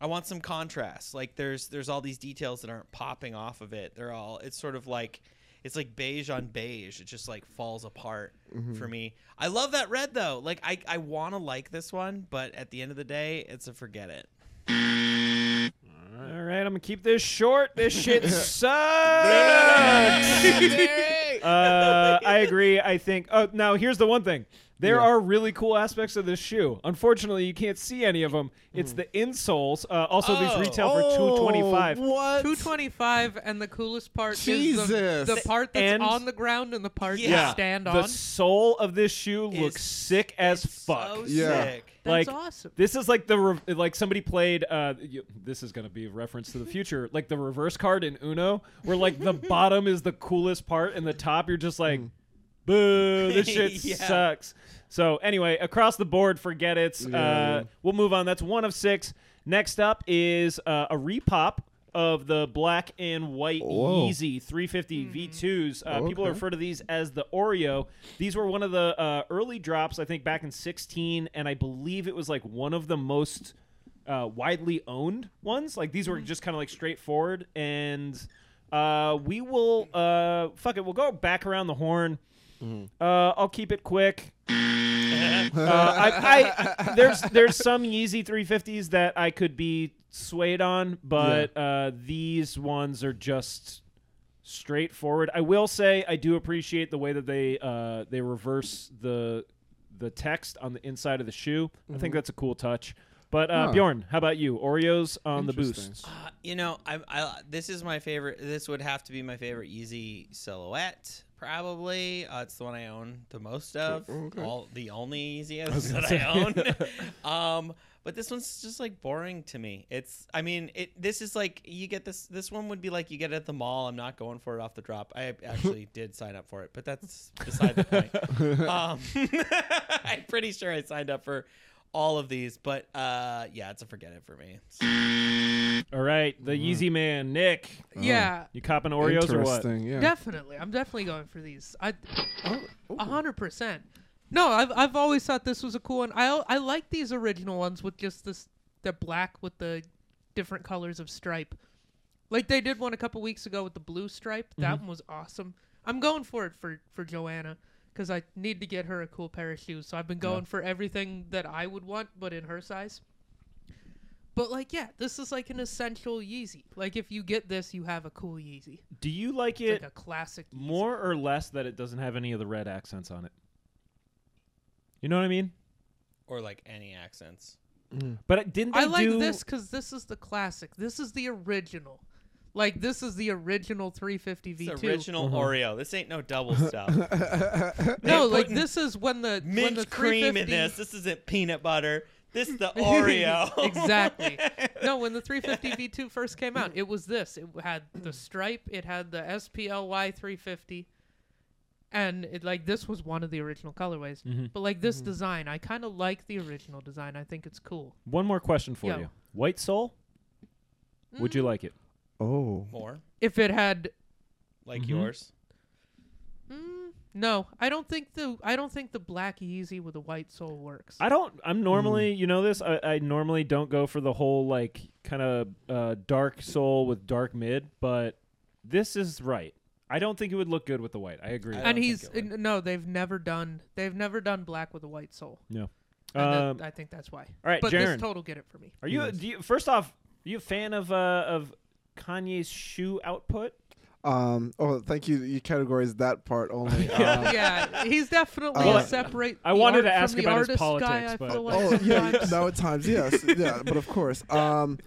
I want some contrast. Like there's there's all these details that aren't popping off of it. They're all it's sort of like it's like beige on beige. It just like falls apart
Mm-hmm.
for me. I love that red though. Like I I want to like this one, but at the end of the day, it's a forget it.
All right, I'm gonna keep this short. This shit sucks. uh, I agree. I think. Oh, now here's the one thing. There are really cool aspects of this shoe. Unfortunately, you can't see any of them. It's the insoles. Uh, also,
Hmm. Oh.
these retail for two twenty five.
What?
225, and the coolest part is
Jesus.
the, the part that's
And-
on the ground and the part
Yeah.
you stand
the
on.
sole of this shoe
It's-
looks sick as
It's
fuck.
So
Yeah.
sick.
that's
like,
awesome.
This is like the re- like somebody played. Uh, you, this is gonna be a reference to the future, like the reverse card in Uno, where like the bottom is the coolest part and the top you're just like, boo, this shit
Hmm. Yeah.
sucks. So anyway, across the board, forget it.
Yeah.
Uh, we'll move on. That's one of six. Next up is uh, a repop of the black and white
Whoa.
Yeezy 350 V2s. Uh, People
Okay.
refer to these as the Oreo. These were one of the uh, early drops, I think, back in 16, and I believe it was like one of the most uh, widely owned ones. Like these were just kind of like straightforward. And uh, we will, uh, fuck it, we'll go back around the horn. Uh, I'll keep it quick. Uh, I, I, there's there's some Yeezy 350s that I could be swayed on, but uh, these ones are just straightforward. I will say I do appreciate the way that they uh, they reverse the the text on the inside of the shoe. I think that's a cool touch. But uh,
Mm-hmm. Huh.
Bjorn, how about you? Oreos on the
Interesting.
boost.
Uh, you know, I, I this is my favorite. This would have to be my favorite Yeezy silhouette, probably. Uh, it's the one I own the most of. All the only Yeezy that I own. um, but this one's just like boring to me. It's, I mean, it. This is like you get this. This one would be like you get it at the mall. I'm not going for it off the drop. I actually did sign up for it, but that's beside the point. Um, I'm pretty sure I signed up for. All of these, but uh, yeah, it's a forget it for me.
All right, the Yeezy man, Nick.
yeah,
You copping Oreos or what?
Interesting. Yeah.
definitely. I'm definitely going for these. I, a hundred percent. No, I've I've always thought this was a cool one. I al- I like these original ones with just this the black with the different colors of stripe. Like they did one a couple weeks ago with the blue stripe. That one was awesome. I'm going for it for for Joanna because I need to get her a cool pair of shoes. So I've been going for everything that I would want, but in her size. But like, yeah, this is like an essential Yeezy. Like if you get this, you have a cool Yeezy.
Do you like
It's
it
like a classic. Yeezy.
more or less that it doesn't have any of the red accents on it? You know what I mean?
or like any accents.
But it- didn't they
I like
do
this because this is the classic. This is the original. Like this is the original 350
It's
V2.
original Oreo. This ain't no double stuff.
No,
They're
like
putting
this is when the when the
Mint cream in
350
this. This isn't peanut butter. This is the Oreo.
exactly. No, when the 350 V2 first came out, it was this. It had the stripe. It had the SPLY 350, and it like this was one of the original colorways.
Mm-hmm.
But like this design, I kind of like the original design. I think it's cool.
One more question for
Yo. Mm.
you. White sole? Would you like it?
Oh.
More
If it had
like yours.
Mm, no, I don't think the I don't think the black Yeezy with the white sole works.
I don't. I'm normally, you know, this. I, I normally don't go for the whole like kind of uh, dark sole with dark mid, but this is right. I don't think it would look good with the white. I agree.
I
and
don't
he's
think it
n- no, they've never done they've never done black with a white sole.
no.
And that-
Um,
I think that's why.
all right,
but
Jaren.
this total get it for me.
are you, do you? First off, are you a fan of uh, of Kanye's shoe output?
Um. Oh, thank you. You categorized that part only. Um,
yeah, he's definitely
Well,
a separate.
Uh, I
the
wanted
art
to
from
ask
the
about his
artist
politics,
guy, I
but-
feel like
Uh, Oh yeah,
sometimes.
now at times, yes, yeah, but of course. Um,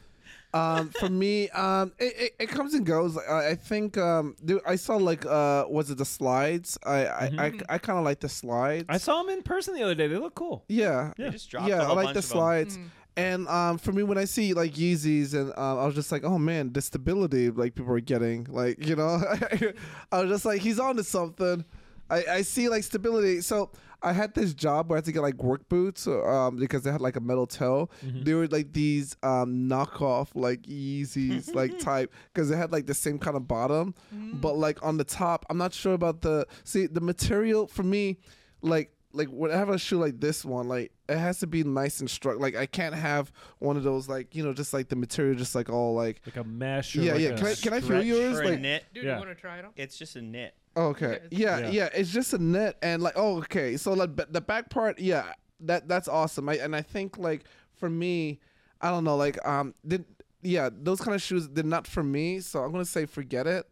um, for me, um, it, it, it comes and goes. I, I think, um, dude, I saw like, uh, was it the slides? I I, I, I kind of like the slides.
I saw him in person the other day. They look cool.
yeah,
They
Yeah.
just dropped
yeah,
a
I
whole
like
bunch
the
of 'em.
slides. And um, for me, when I see like Yeezys, and um, I was just like, oh man, the stability like people are getting, like you know, I was just like, he's on to something. I, I see like stability. So I had this job where I had to get like work boots um, because they had like a metal toe.
Mm-hmm.
They were like these um, knockoff like Yeezys like type because they had like the same kind of bottom, but like on the top, I'm not sure about the see the material for me, like like when I have a shoe like this one, like it has to be nice and struck. Like I can't have one of those like you know just like the material just like all like
like a mesh. Or
Yeah,
like
yeah,
a
can I- can I feel
stretch.
you? yours,
For a
like- oh,
knit.
Dude,
Yeah.
you want to try it on?
It's just a knit.
Okay. Yeah,
Yeah,
it's-
yeah, It's just a net and like oh, okay. So like but the back part, yeah, that that's awesome. I and I think like for me, I don't know, like um, did yeah, those kind of shoes they're not for me. So I'm gonna say forget it.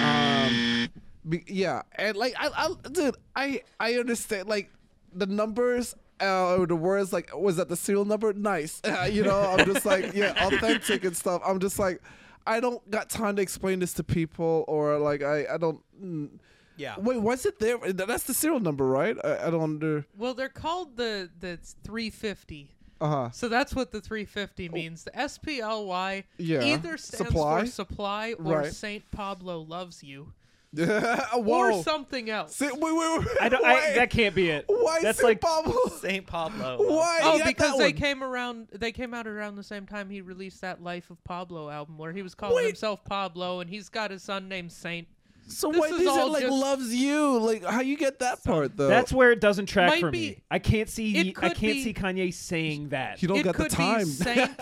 um, be, yeah, and like I, I, dude, I I understand like the numbers. Uh, or the words like was that the serial number? Nice, you know. I'm just like yeah, authentic and stuff. I'm just like, I don't got time to explain this to people or like I I don't. mm.
Yeah.
Wait, was it there? Th- That's the serial number, right? I, I don't under.
Well, they're called the the 350.
Uh huh.
So that's what the 350 means. The SPLY
Oh. Yeah.
either stands
Supply?
for supply or
Right.
Saint Pablo loves you
Whoa.
or something else.
See, wait, wait, wait.
I don't.
Why,
I, that can't be it.
why
That's
Sid
like
Pablo?
St. Pablo.
Why?
Oh,
Yeah,
because
that
they
one.
came around. They came out around the same time he released that Life of Pablo album, where he was calling
Wait.
himself Pablo, and he's got his son named Saint.
So
this
why
is
does it
all
like
just-
loves you? Like how you get that part though?
that's where it doesn't track
Might
for
be-
me. I can't see.
it
ye- I
could
can't
be-
see Kanye saying that.
you don't
it
got the
could
time.
be Saint.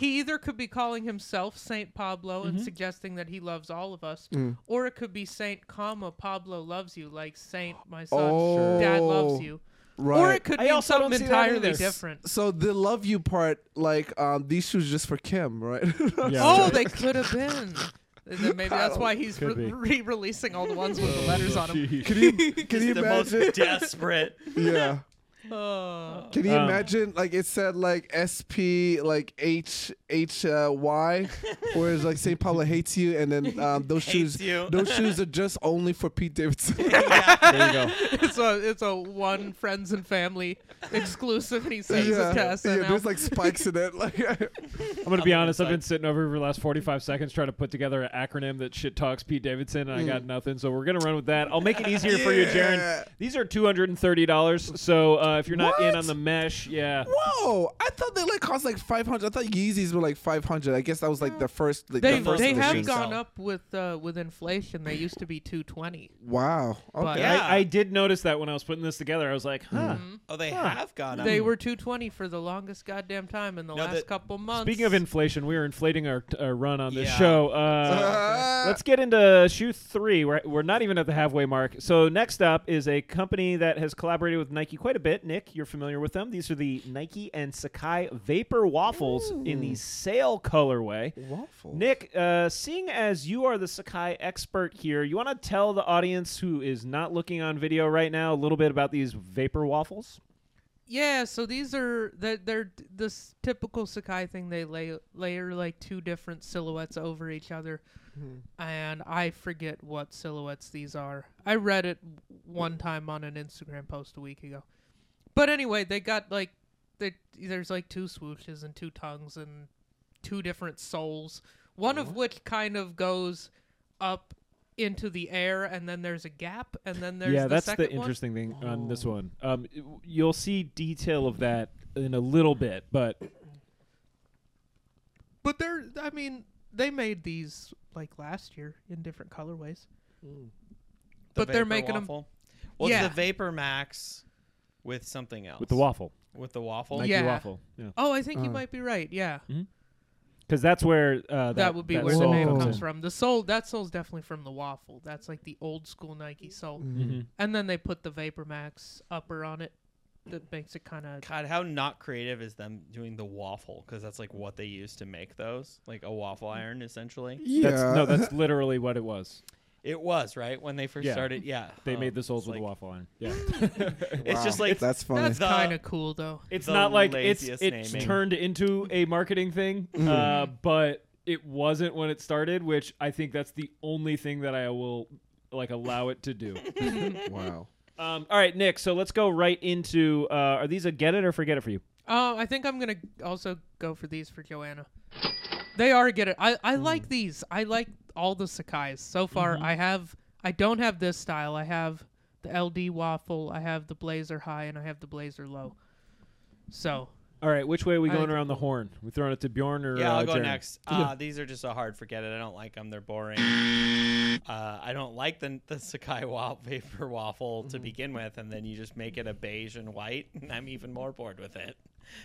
he either could be calling himself Saint Pablo
Mm-hmm.
and suggesting that he loves all of us,
Mm.
or it could be Saint, comma Pablo loves you, like Saint, my son,
Oh,
dad loves you, or
right.
it could
I
be mean
also don't
something
see that
entirely
either.
different.
so the love you part, like um, these shoes just for Kim, right?
Yeah.
Oh,
right.
they could have been. And then Maybe that's why he's
Could
re-
be.
re-releasing all the ones with
Oh,
the letters on them.
Can you can you
the most
imagine?
desperate.
yeah.
Uh,
Can you
Um,
imagine? Like it said, like S P, like H H uh, Y, whereas like St. Paul hates you, and then um, those
Hates
shoes,
you.
those shoes are just only for Pete Davidson.
yeah.
There you go.
it's a it's a one friends and family exclusive, and he sends it to us.
yeah. There's like spikes in it. Like,
I'm gonna be
I'm
honest. I've been
excited.
sitting over here for the last 45 seconds trying to put together an acronym that shit talks Pete Davidson, and I got nothing. So we're gonna run with that. I'll make it easier for you,
Mm. Yeah.
Jaron. These are 230 dollars. So uh, if you're not
What?
in on the mesh, yeah.
whoa! I thought they like cost like 500. I thought Yeezys were like 500. I guess that was like the first. Like,
they
the first
they
edition.
have
edition.
gone up with uh, with inflation. They used to be two twenty.
Wow. Okay.
Yeah.
I, I did notice that when I was putting this together. I was like, huh.
Mm-hmm.
Oh, they
Huh.
have gone up.
They were two twenty for the longest goddamn time in the
No,
last
that-
couple months.
Speaking of inflation, we are inflating our, our run on this
Yeah.
show. Uh,
Uh,
Let's get into shoe three. We're, we're not even at the halfway mark. So, next up is a company that has collaborated with Nike quite a bit. Nick, you're familiar with them. These are the Nike and Sakai Vapor Waffles in the sale colorway.
waffle.
Nick, uh, seeing as you are the Sakai expert here, you want to tell the audience who is not looking on video right now a little bit about these Vapor Waffles?
Yeah, so these are they're, they're this typical Sakai thing. They lay layer like two different silhouettes over each other,
Mm-hmm.
and I forget what silhouettes these are. I read it
Mm.
one time on an Instagram post a week ago, but anyway, they got like they, there's like two swooshes and two tongues and two different soles, one of which kind of goes up into the air, and then there's a gap, and then there's
yeah,
the
that's the
second one.
interesting thing on this one. Um, it- you'll see detail of that in a little bit, but
But they're, I mean, they made these like last year in different colorways.
The
but they're
Vapor
making 'em-
waffle. Well,
Yeah.
it's the Vapor Max with something else.
with the waffle,
With the waffle.
Nike
Yeah.
waffle, yeah,
Oh, I think you might be right. Yeah.
because that's where uh,
That, would be
that
where the
sole
name
comes
comes,
in.
from. The sole, that sole's definitely from the waffle. That's like the old school Nike sole.
Mm-hmm.
And then they put the Vapor Max upper on it that makes it kind of.
God, how not creative is them doing the waffle? Because that's like what they use to make those, like a waffle iron, essentially.
Yeah.
That's, no, that's literally what it was.
It was right when they first
Yeah.
started. Yeah,
They
Um,
made the soles
it's
with
like-
a waffle iron. Yeah,
It's just like
that's funny.
That's
The-
kind of cool, though.
it's
The
not like it's
laziest
it's
naming.
turned into a marketing thing, uh, but it wasn't when it started. Which I think that's the only thing that I will like allow it to do.
wow.
Um, all right, Nick. So let's go right into. Uh, are these a get it or forget it for you?
Uh, I think I'm gonna also go for these for Joanna. They are good. I I like these. I like all the Sakai's so far. I have. I don't have this style. I have the LD waffle, I have the blazer high, and I have the blazer low. So
All right, which way are we
I
going
think-
around the horn? We throwing it to Bjorn or
Yeah,
uh,
I'll go
Jeremy?
next. Uh, These are just so hard. Forget it. I don't like them. They're boring. Uh, I don't like the, the Sakai wa- paper waffle
Mm-hmm.
to begin with, and then you just make it a beige and white, and I'm even more bored with it.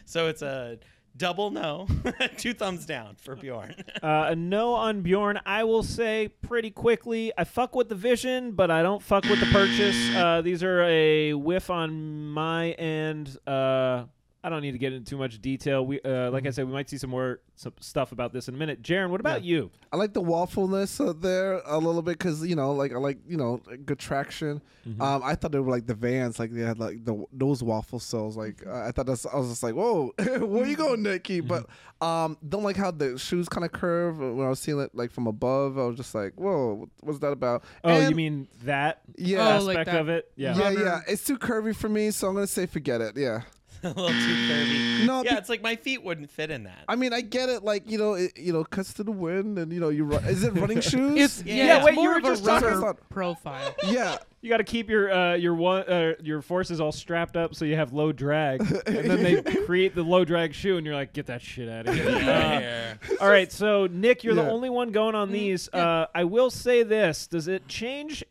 So it's a double no, two thumbs down for Bjorn.
Uh, a no on Bjorn. I will say pretty quickly. I fuck with the vision, but I don't fuck with the purchase. Uh, these are a whiff on my end. Uh, I don't need to get into too much detail. We, uh,
Mm-hmm.
like I said, we might see some more some stuff about this in a minute. Jaron, what about you?
I like the waffleness of there a little bit because you know, like I like you know, good traction.
Mm-hmm.
Um, I thought they were like the vans, like they had like the those waffle cells. Like
Mm-hmm.
uh, I thought that's, I was just like, whoa, where you going, Nikki? But um, don't like how the shoes kind of curve uh, when I was seeing it like from above. I was just like, whoa, what's that about?
Oh, you
And-
mean that
yeah,
Oh, like
aspect
that.
of it? Yeah.
yeah,
Runner.
yeah. It's too curvy for me, so I'm gonna say forget it. Yeah.
a little too curvy.
No,
yeah,
be-
it's like my feet wouldn't fit in that.
I mean, I get it. Like you know, it, you know, cuts to the wind, and you know, you run. Is it running shoes?
it's yeah,
Yeah,
it's
wait, you
more
were
of a
just talking
runner
about-
profile.
yeah.
You got to keep your uh, your one uh, your forces all strapped up so you have low drag, and then they create the low drag shoe, and you're like, get that shit out of here.
Yeah.
All right, so Nick, you're the
Yeah.
only one going on these. Uh, I will say this: Does it change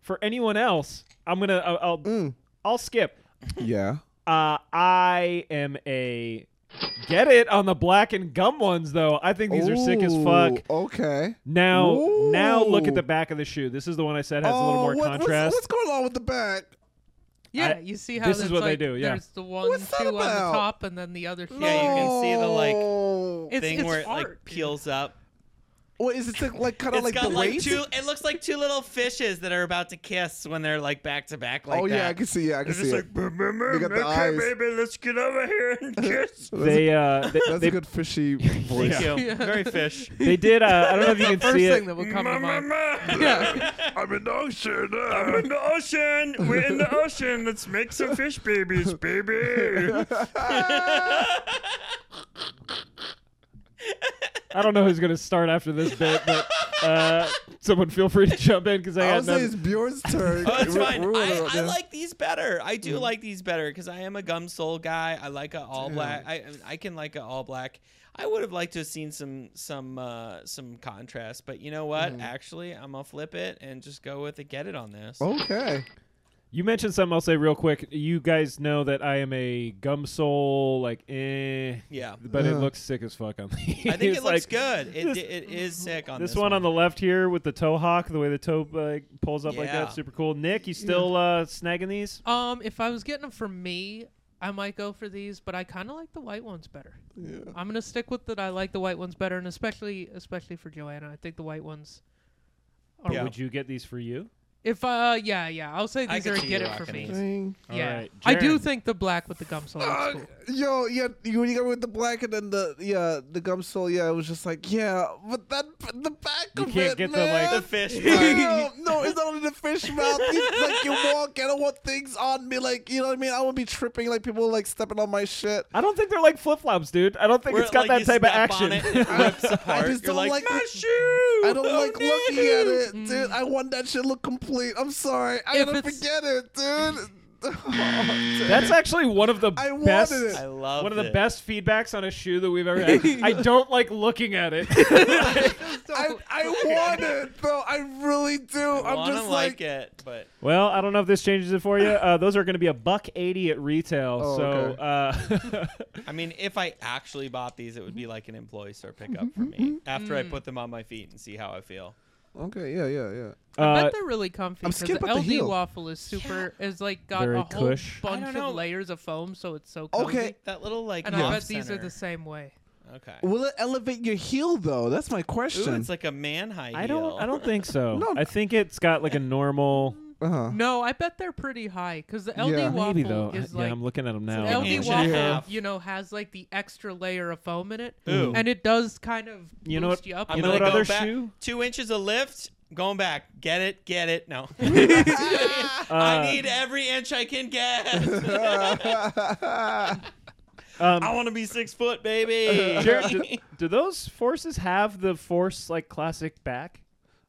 for anyone else? I'm gonna. I'll. I'll,
Mm.
I'll skip.
Yeah.
Uh, I am a. Get it on the black and gum ones though. I think these are sick as
Ooh,
fuck.
Okay.
Now, now look at
Ooh.
the back of the shoe. This is the one I said has a little
Oh,
more
what- what's-
contrast.
What's, going on with the back?
Yeah,
I-
you see how
this is
there's,
what they
like,
do, yeah.
there's the one
What's that
shoe on the
about?
top and then the other shoe.
Yeah, you can see the, like-
No.
It's-
Thing where it
art,
like
dude.
peels up.
What is it like, like kind
It's
of like
got
the
like
weight?
two. It looks like two little fishes that are about to kiss when they're like back to back like
oh
that.
yeah, I can see. Yeah, I can
They're
see
just
it.
like, "Bum, bum,
They
bum,
got the
okay,
eyes.
baby, let's get over here and kiss.
That's,
they uh, they,
that's
they,
a good fishy voice.
Thank
Yeah.
you. Very fish.
they did. Uh, I don't know if you can
First
see
thing
it.
that would come to mind.
yeah.
I'm in the ocean.
uh, I'm in the ocean. We're in the ocean. Let's make some fish babies, baby.
I don't know who's gonna start after this bit, but uh, someone feel free to jump in because I
I'll
got
say
nothing.
it's Bjorn's turn.
Oh, that's
We're-
fine.
we're
I,
gonna-
I
yeah.
like these better. I do like these better because I am a gum sole guy. I like a all black. I I can like a all black. I would have liked to have seen some some uh, some contrast, but you know what? Actually, I'm gonna flip it and just go with it. Get it on this.
Okay.
You mentioned something. I'll say real quick. You guys know that I am a gum sole, like eh.
Yeah.
But it
Yeah.
looks sick as fuck on these.
I think it looks
like,
good. It,
this-
it is sick on this,
This one on the left here with the toe hawk, the way the toe like, pulls up like
Yeah.
that, super cool. Nick, you still uh, snagging these?
Um, if I was getting them for me, I might go for these, but I kind of like the white ones better.
Yeah.
I'm gonna stick with that. I like the white ones better, and especially especially for Joanna, I think the white ones. Are
Yeah.
Would you get these for you?
If uh, yeah, yeah, I'll say
I
these
could
are a
see
get
you
it for
rocking
me.
these.
Dang.
Yeah,
Alright,
I do
Jaren.
think the black with the gum sole looks
Uh,
cool.
yo, yeah, you, you got with the black and then the yeah the gum sole. Yeah, it was just like yeah, but that the back
You
of
can't
it,
get the,
man.
like-
The fish
no, no, it's not only the fish mouth. It's like you walk, I don't want things on me. Like you know what I mean? I would be tripping. Like people like stepping on my shit.
I don't think they're like flip flops, dude. I don't think
Where,
it's got
like, you
that type of
step on
action.
it, it rips apart.
just
You're
don't
like,
like
my
the-
shoe.
I don't
Oh,
like
no."
looking at it, dude. I want that shit look complete. I'm sorry. I
Mm. If
gotta
it's-
forget it, dude. Oh, dude.
That's actually one of the
I wanted
best.
it.
I love
one of the
it.
best feedbacks on a shoe that we've ever had. I don't like looking at it.
I, I want it though. I really do.
I
I'm
wanna
just
like, it, but
well, I don't know if this changes it for you. Uh, those are going to be a buck eighty at retail.
Oh,
so
okay.
uh,
I mean, if I actually bought these, it would be like an employee store pickup for me after I put them on my feet and see how I feel.
Okay. Yeah. Yeah. Yeah.
I
uh,
bet they're really comfy.
I'm
'cause
scared
the
about the
LD
heel.
waffle is super. Is like got
Very
a whole
cush.
bunch
I
of
don't know.
layers of foam, so it's so cozy.
Okay.
That little like
And I
off
bet these are
center.
the same way.
okay.
Will it elevate your heel though? That's my
Ooh,
question.
it's like a man high heel.
I don't. I don't think so.
No.
I think it's got like a normal. uh,
uh-huh.
No, I bet they're pretty high because the LD
Yeah.
waffle
Maybe though.
is
yeah,
like
I'm looking at them now.
the LD
Inch and a
waffle,
half.
you know, has like the extra layer of foam in it,
Ooh.
and it does kind of
You know
boost
what-
you up.
I'm
a
You know
gonna
what
go
other
back-
shoe?
Two inches of lift. Going back. Get it. Get it. No.
Uh,
I need every inch I can get.
Um,
I want to be six foot, baby.
Jared, do, do those forces have the force like classic back?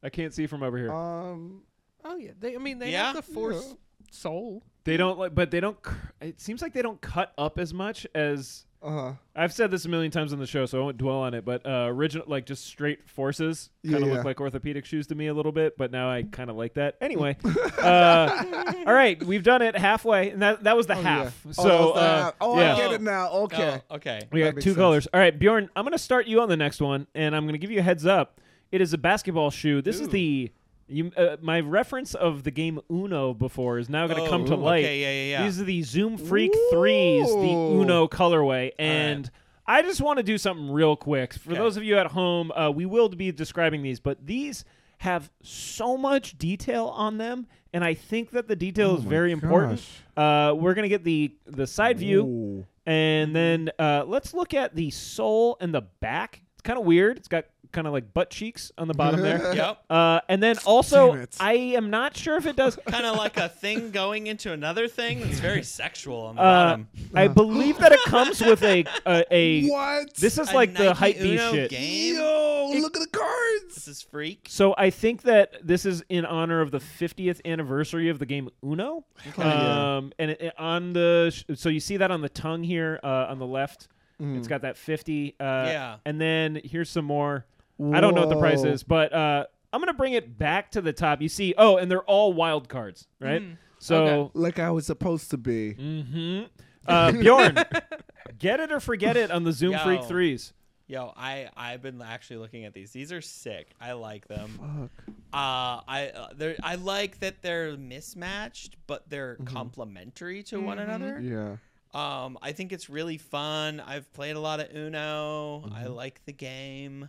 I can't see from over here.
um,
Oh yeah, they. I mean, they
Yeah?
have the force soul.
They don't like, but they don't. cr- It seems like they don't cut up as much as
Uh huh.
I've said this a million times on the show, so I won't dwell on it. But uh, original, like just straight forces, kind of
Yeah, yeah.
look like orthopedic shoes to me a little bit. But now I kind of like that. Anyway, uh, all right, we've done it halfway, and that that was the
Oh, yeah.
half.
Oh,
So
that was the
uh,
half. oh,
yeah.
I get it now. Okay.
Oh, okay.
We
That
got
makes
two
sense.
colors. All right, Bjorn, I'm going to start you on the next one, and I'm going to give you a heads up. It is a basketball shoe. This is
Ooh.
the you, uh, my reference of the game Uno before is now going to
Oh,
come to
ooh,
light.
okay, yeah, yeah, yeah.
These are the Zoom Freak threes, the
Ooh.
Uno colorway, and I just want to do something real quick for
Okay.
those of you at home. Uh, we will be describing these, but these have so much detail on them, and I think that the
Oh
detail is
my
very important. Uh, we're going to get the the side view.
Ooh. Mm-hmm.
And then uh, let's look at the sole and the back. It's kind of weird. It's got kind of like butt cheeks on the bottom there.
Yep.
Uh, and then also,
Damn it.
I am not sure if it does.
kind of like a thing going into another thing that's very sexual on the
Uh,
bottom.
I believe that it comes with a a. a
What?
this is
A
like the
Nike
hype beast
Uno
shit.
Game?
Yo, look at the cards.
This is freak.
So I think that this is in honor of the 50th anniversary of the game Uno.
yeah.
Um, and it, it- on the sh- so you see that on the tongue here uh, on the left. It's got that 50. Uh,
Yeah.
And then here's some more. I don't know what the price
Whoa.
is, but uh, I'm gonna bring it back to the top. You see, oh, and they're all wild cards, right?
Mm.
So,
Like I was supposed to be.
mhm. uh, Bjorn, get it or forget it on the Zoom Freak
Yo.
threes.
Yo, I I've been actually looking at these. These are sick. I like them.
Fuck.
Uh, I uh, they're, I like that they're mismatched, but they're
Mm-hmm.
complementary to one another.
Yeah.
Um, I think it's really fun. I've played a lot of Uno. I
Mm-hmm.
like the game.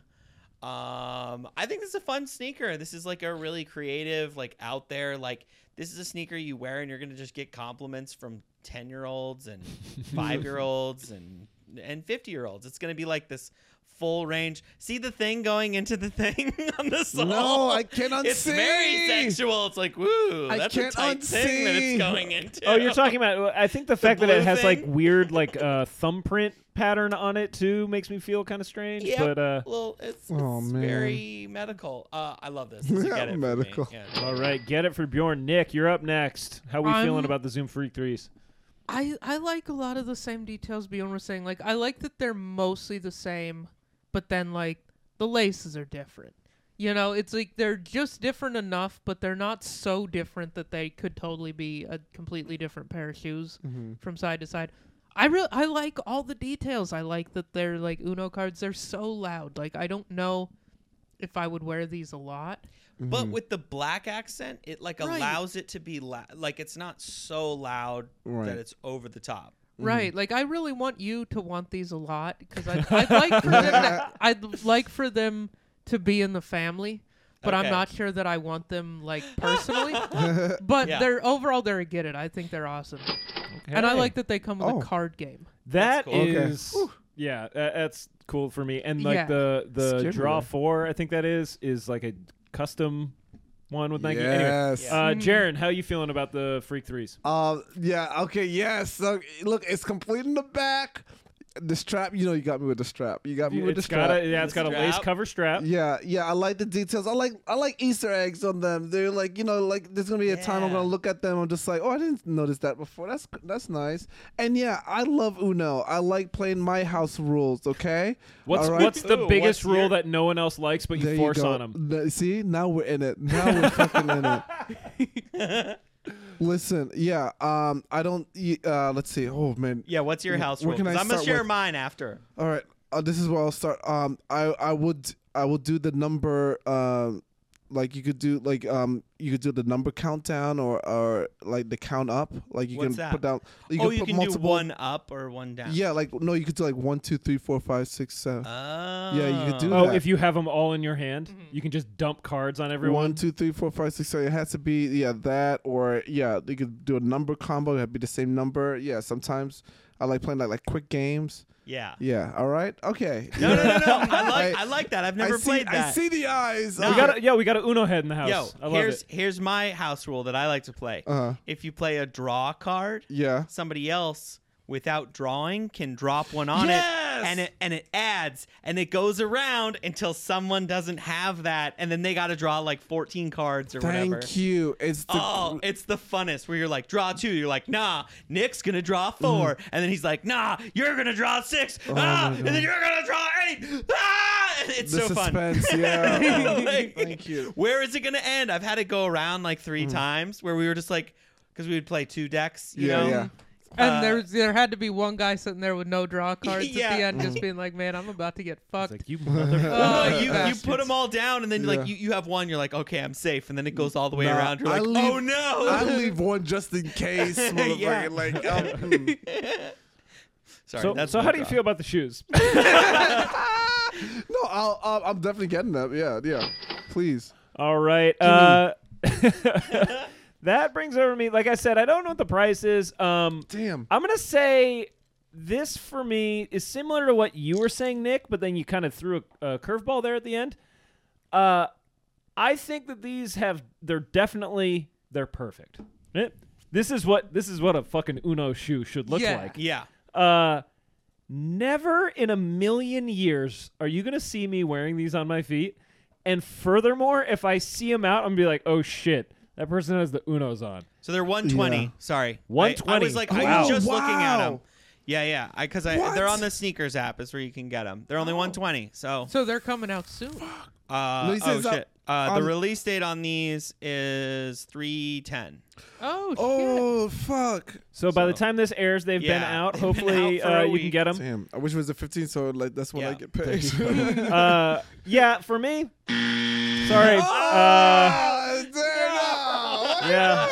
Um, I think this is a fun sneaker. This is like a really creative, like out there. Like this is a sneaker you wear, and you're gonna just get compliments from ten year olds and five year olds and and fifty year olds. It's gonna be like this full range. See the thing going into the thing on the sole.
No, I cannot
It's
see.
very sexual. It's like woo.
I
that's
can't
a tight thing that
unsee.
it's going into.
Oh, you're talking about. I think the fact that it
blue
has like
thing?
weird like uh, thumbprint pattern on it too makes me feel kind of strange.
Yeah,
But uh,
well, it's,
Oh,
it's
man.
very medical. Uh, I love this. This is a get it for me.
Medical. Mm-hmm.
Yeah.
all right, get it for Bjorn. Nick, you're up next. How we feeling
I'm-
about the Zoom Freak threes?
I I like a lot of the same details Bjorn was saying. Like I like that they're mostly the same, but then like the laces are different. You know, it's like they're just different enough, but they're not so different that they could totally be a completely different pair of shoes from side to side. I really I like all the details. I like that they're like Uno cards. They're so loud. Like I don't know if I would wear these a lot.
But with the black accent, it like
Right.
allows it to be la- like it's not so loud
Right.
that it's over the top. Mm.
Right. Like I really want you to want these a lot because I'd, I'd like for them to, I'd like for them to be in the family, but
Okay.
I'm not sure that I want them like personally. but
Yeah.
they're overall they're a get it. I think they're awesome, and I
Okay.
like that they come with
Oh.
a card game.
That
That's cool.
Okay.
is- yeah, tha- that's cool for me. And like
Yeah.
the the
Stimulating.
draw four, I think that is is like a custom one with Nike.
Yes.
Anyway,
Mm.
uh, Jaren, how you feeling about the Freak threes?
Um. Yeah. Okay. Yes. So look, it's complete in the back. The strap. You know, you got me with the strap. You got me with the
It's
strap.
got a yeah, it's
The
got a lace
strap.
cover strap.
yeah. Yeah. I like the details. I like. I like Easter eggs on them. They're like, you know, like there's gonna be a time I'm
Yeah.
gonna look at them. I'm just like, oh, I didn't notice that before. That's that's nice. And yeah, I love Uno. I like playing my house rules. Okay.
What's
All right?
what's the
Ooh,
biggest
what's your-
rule that no one else likes but you
There
force
go.
on them?
Th- see, now we're in it. Now we're fucking in it. Listen, yeah. Um, I don't. y- Uh, let's see. Oh man.
Yeah, what's your house
where
rule?
can I
'Cause I'm gonna
start
share
with-
mine after.
All right. Uh, this is where I'll start. Um, I I would I will do the number. Um, like you could do like um you could do the number countdown or or like the count up. Like you
What's
can
that?
put down. You
oh,
can
you
put
can
multiple,
do one up or one down.
Yeah, like no, you could do like one, two, three, four, five, six, seven.
Oh.
Yeah, you could do
Oh,
that.
if you have them all in your hand,
Mm-hmm.
you can just dump cards on everyone.
One, two, three, four, five, six, seven. It has to be yeah that or yeah they could do a number combo. It would be the same number. Yeah, sometimes I like playing like like quick games.
Yeah.
Yeah. All right. Okay.
No, no, no, no. I like
I-
I, like that. I've never
I see,
played that.
I see the eyes.
No.
We got a, yeah, we got a Uno head in the house.
Yo,
I love
here's
it.
here's my house rule that I like to play.
Uh-huh.
If you play a draw card,
Yeah.
somebody else without drawing can drop one on
Yes!
it and it and it adds and it goes around until someone doesn't have that and then they got to draw like 14 cards or
Thank
whatever.
you. It's the
Oh, it's the funnest where you're like, draw two. You're like, nah, Nick's gonna draw
Mm-hmm.
four. And then he's like, nah, you're gonna draw six.
Oh,
ah, and then you're gonna draw eight. Ah, it's
the
so
suspense.
fun.
Yeah.
Like,
Thank you.
Where is it gonna end? I've had it go around like three
Mm.
times where we were just like, because we would play two decks, you
Yeah,
know?
yeah.
And
Uh,
there, there had to be one guy sitting there with no draw cards at
Yeah.
the end, just being like, "Man, I'm about to get fucked."
like you motherfucker.
Oh, you, you
Bastards.
put them all down, and then
Yeah.
like you, you have one. You're like, okay, I'm safe, and then it goes all the way
Nah,
around. You're
I
like,
leave-
oh no!
I leave one just in case, motherfucker.
Yeah.
Like, um, mm.
Sorry.
so,
that's
so
my
how do you
draw.
feel about the shoes?
no, I'll, I'll, I'm definitely getting them. Yeah, yeah. Please.
All right. Uh, that brings over me. Like I said, I don't know what the price is. Um,
Damn.
I'm gonna say this for me is similar to what you were saying, Nick. But then you kind of threw a, a curveball there at the end. Uh, I think that these have. They're definitely. They're perfect. Eh? This is what this is what a fucking Uno shoe should look
Yeah.
like.
Yeah.
Uh, never in a million years are you gonna see me wearing these on my feet. And furthermore, if I see them out, I'm gonna be like, oh shit, that person has the Unos on.
So they're 120.
Yeah.
Sorry.
120.
I, I was like, I
Wow.
was just looking at
Wow.
them. Yeah, yeah. I because I
What?
they're on the sneakers app. Is where you can get them. They're only 120. So,
So they're coming out soon.
uh,
No, he
oh
says, uh,
shit. Uh,
on-
the release date on these is 310.
Oh, shit!
Oh, fuck.
So, by the
So-
time this airs, they've been
Yeah,
out.
they've been
Hopefully,
out for a
uh, you can
week.
get them.
Damn. I wish it was a 15, so like that's when I
Um, Yeah.
get paid.
Uh, yeah, for me. Sorry.
Oh,
Uh,
Ah, damn.
yeah,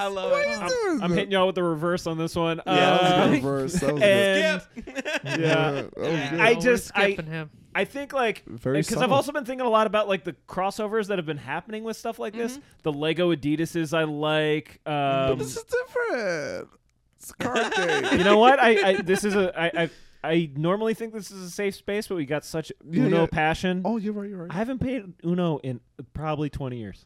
I love it.
What is
I'm
it?
hitting y'all with the reverse on this one.
Yeah, that
That was
Uh,
a good verse. That was a
and
Skip.
yeah,
good- that was
Yeah,
good.
I
we're
just- I-
skipping him.
I think like
Very
because I've
subtle.
also been thinking a lot about like the crossovers that have been happening with stuff like this. The Lego Adidases I like. Um,
this is different. It's a card game.
you know what? I, I this is a I, I I normally think this is a safe space, but we got such
Yeah,
Uno
yeah.
passion.
oh, you're right. You're right.
I haven't played Uno in probably 20 years.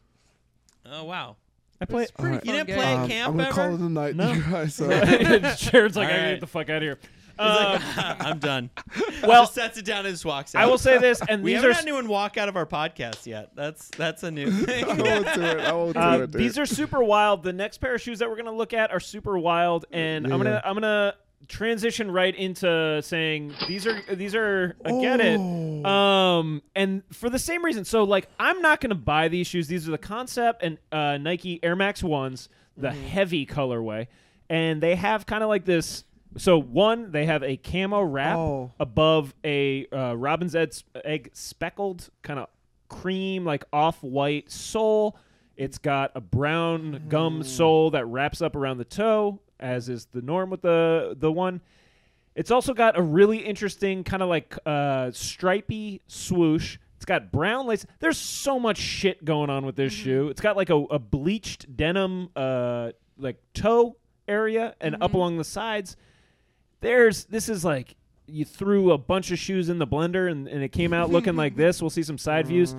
Oh wow.
I play.
It's pretty
Alright.
You
fun
didn't
game.
play-
Um,
camp
I'm gonna call
ever?
it a night,
No.
you guys. Uh,
Jared's like, I gotta
Alright.
get the fuck out of here.
He's
Um,
like, I'm done.
well-
Well, just sets it down and just walks out.
I will say this, and
we
these
haven't
are
had anyone walk out of our podcast yet. That's that's a new thing.
Oh.
I won't do it. I won't do
uh,
it. Dude.
these are super wild. The next pair of shoes that we're gonna look at are super wild, and I'm gonna I'm gonna transition right into saying these are these are I get it.
Oh.
Um, and for the same reason, so like I'm not gonna buy these shoes. These are the Concept and uh, Nike Air Max ones, the
Mm-hmm.
heavy colorway, and they have kind of like this. So one, they have a camo wrap
Oh.
above a uh, robin's egg, egg speckled kind of cream like off-white sole it's got a brown gum sole that wraps up around the toe as is the norm with the the one it's also got a really interesting kind of like uh stripy swoosh it's got brown lace there's so much shit going on with this shoe it's got like a, a bleached denim uh like toe area and up along the sides there's this is like you threw a bunch of shoes in the blender and, and it came out looking like this. We'll see some side views.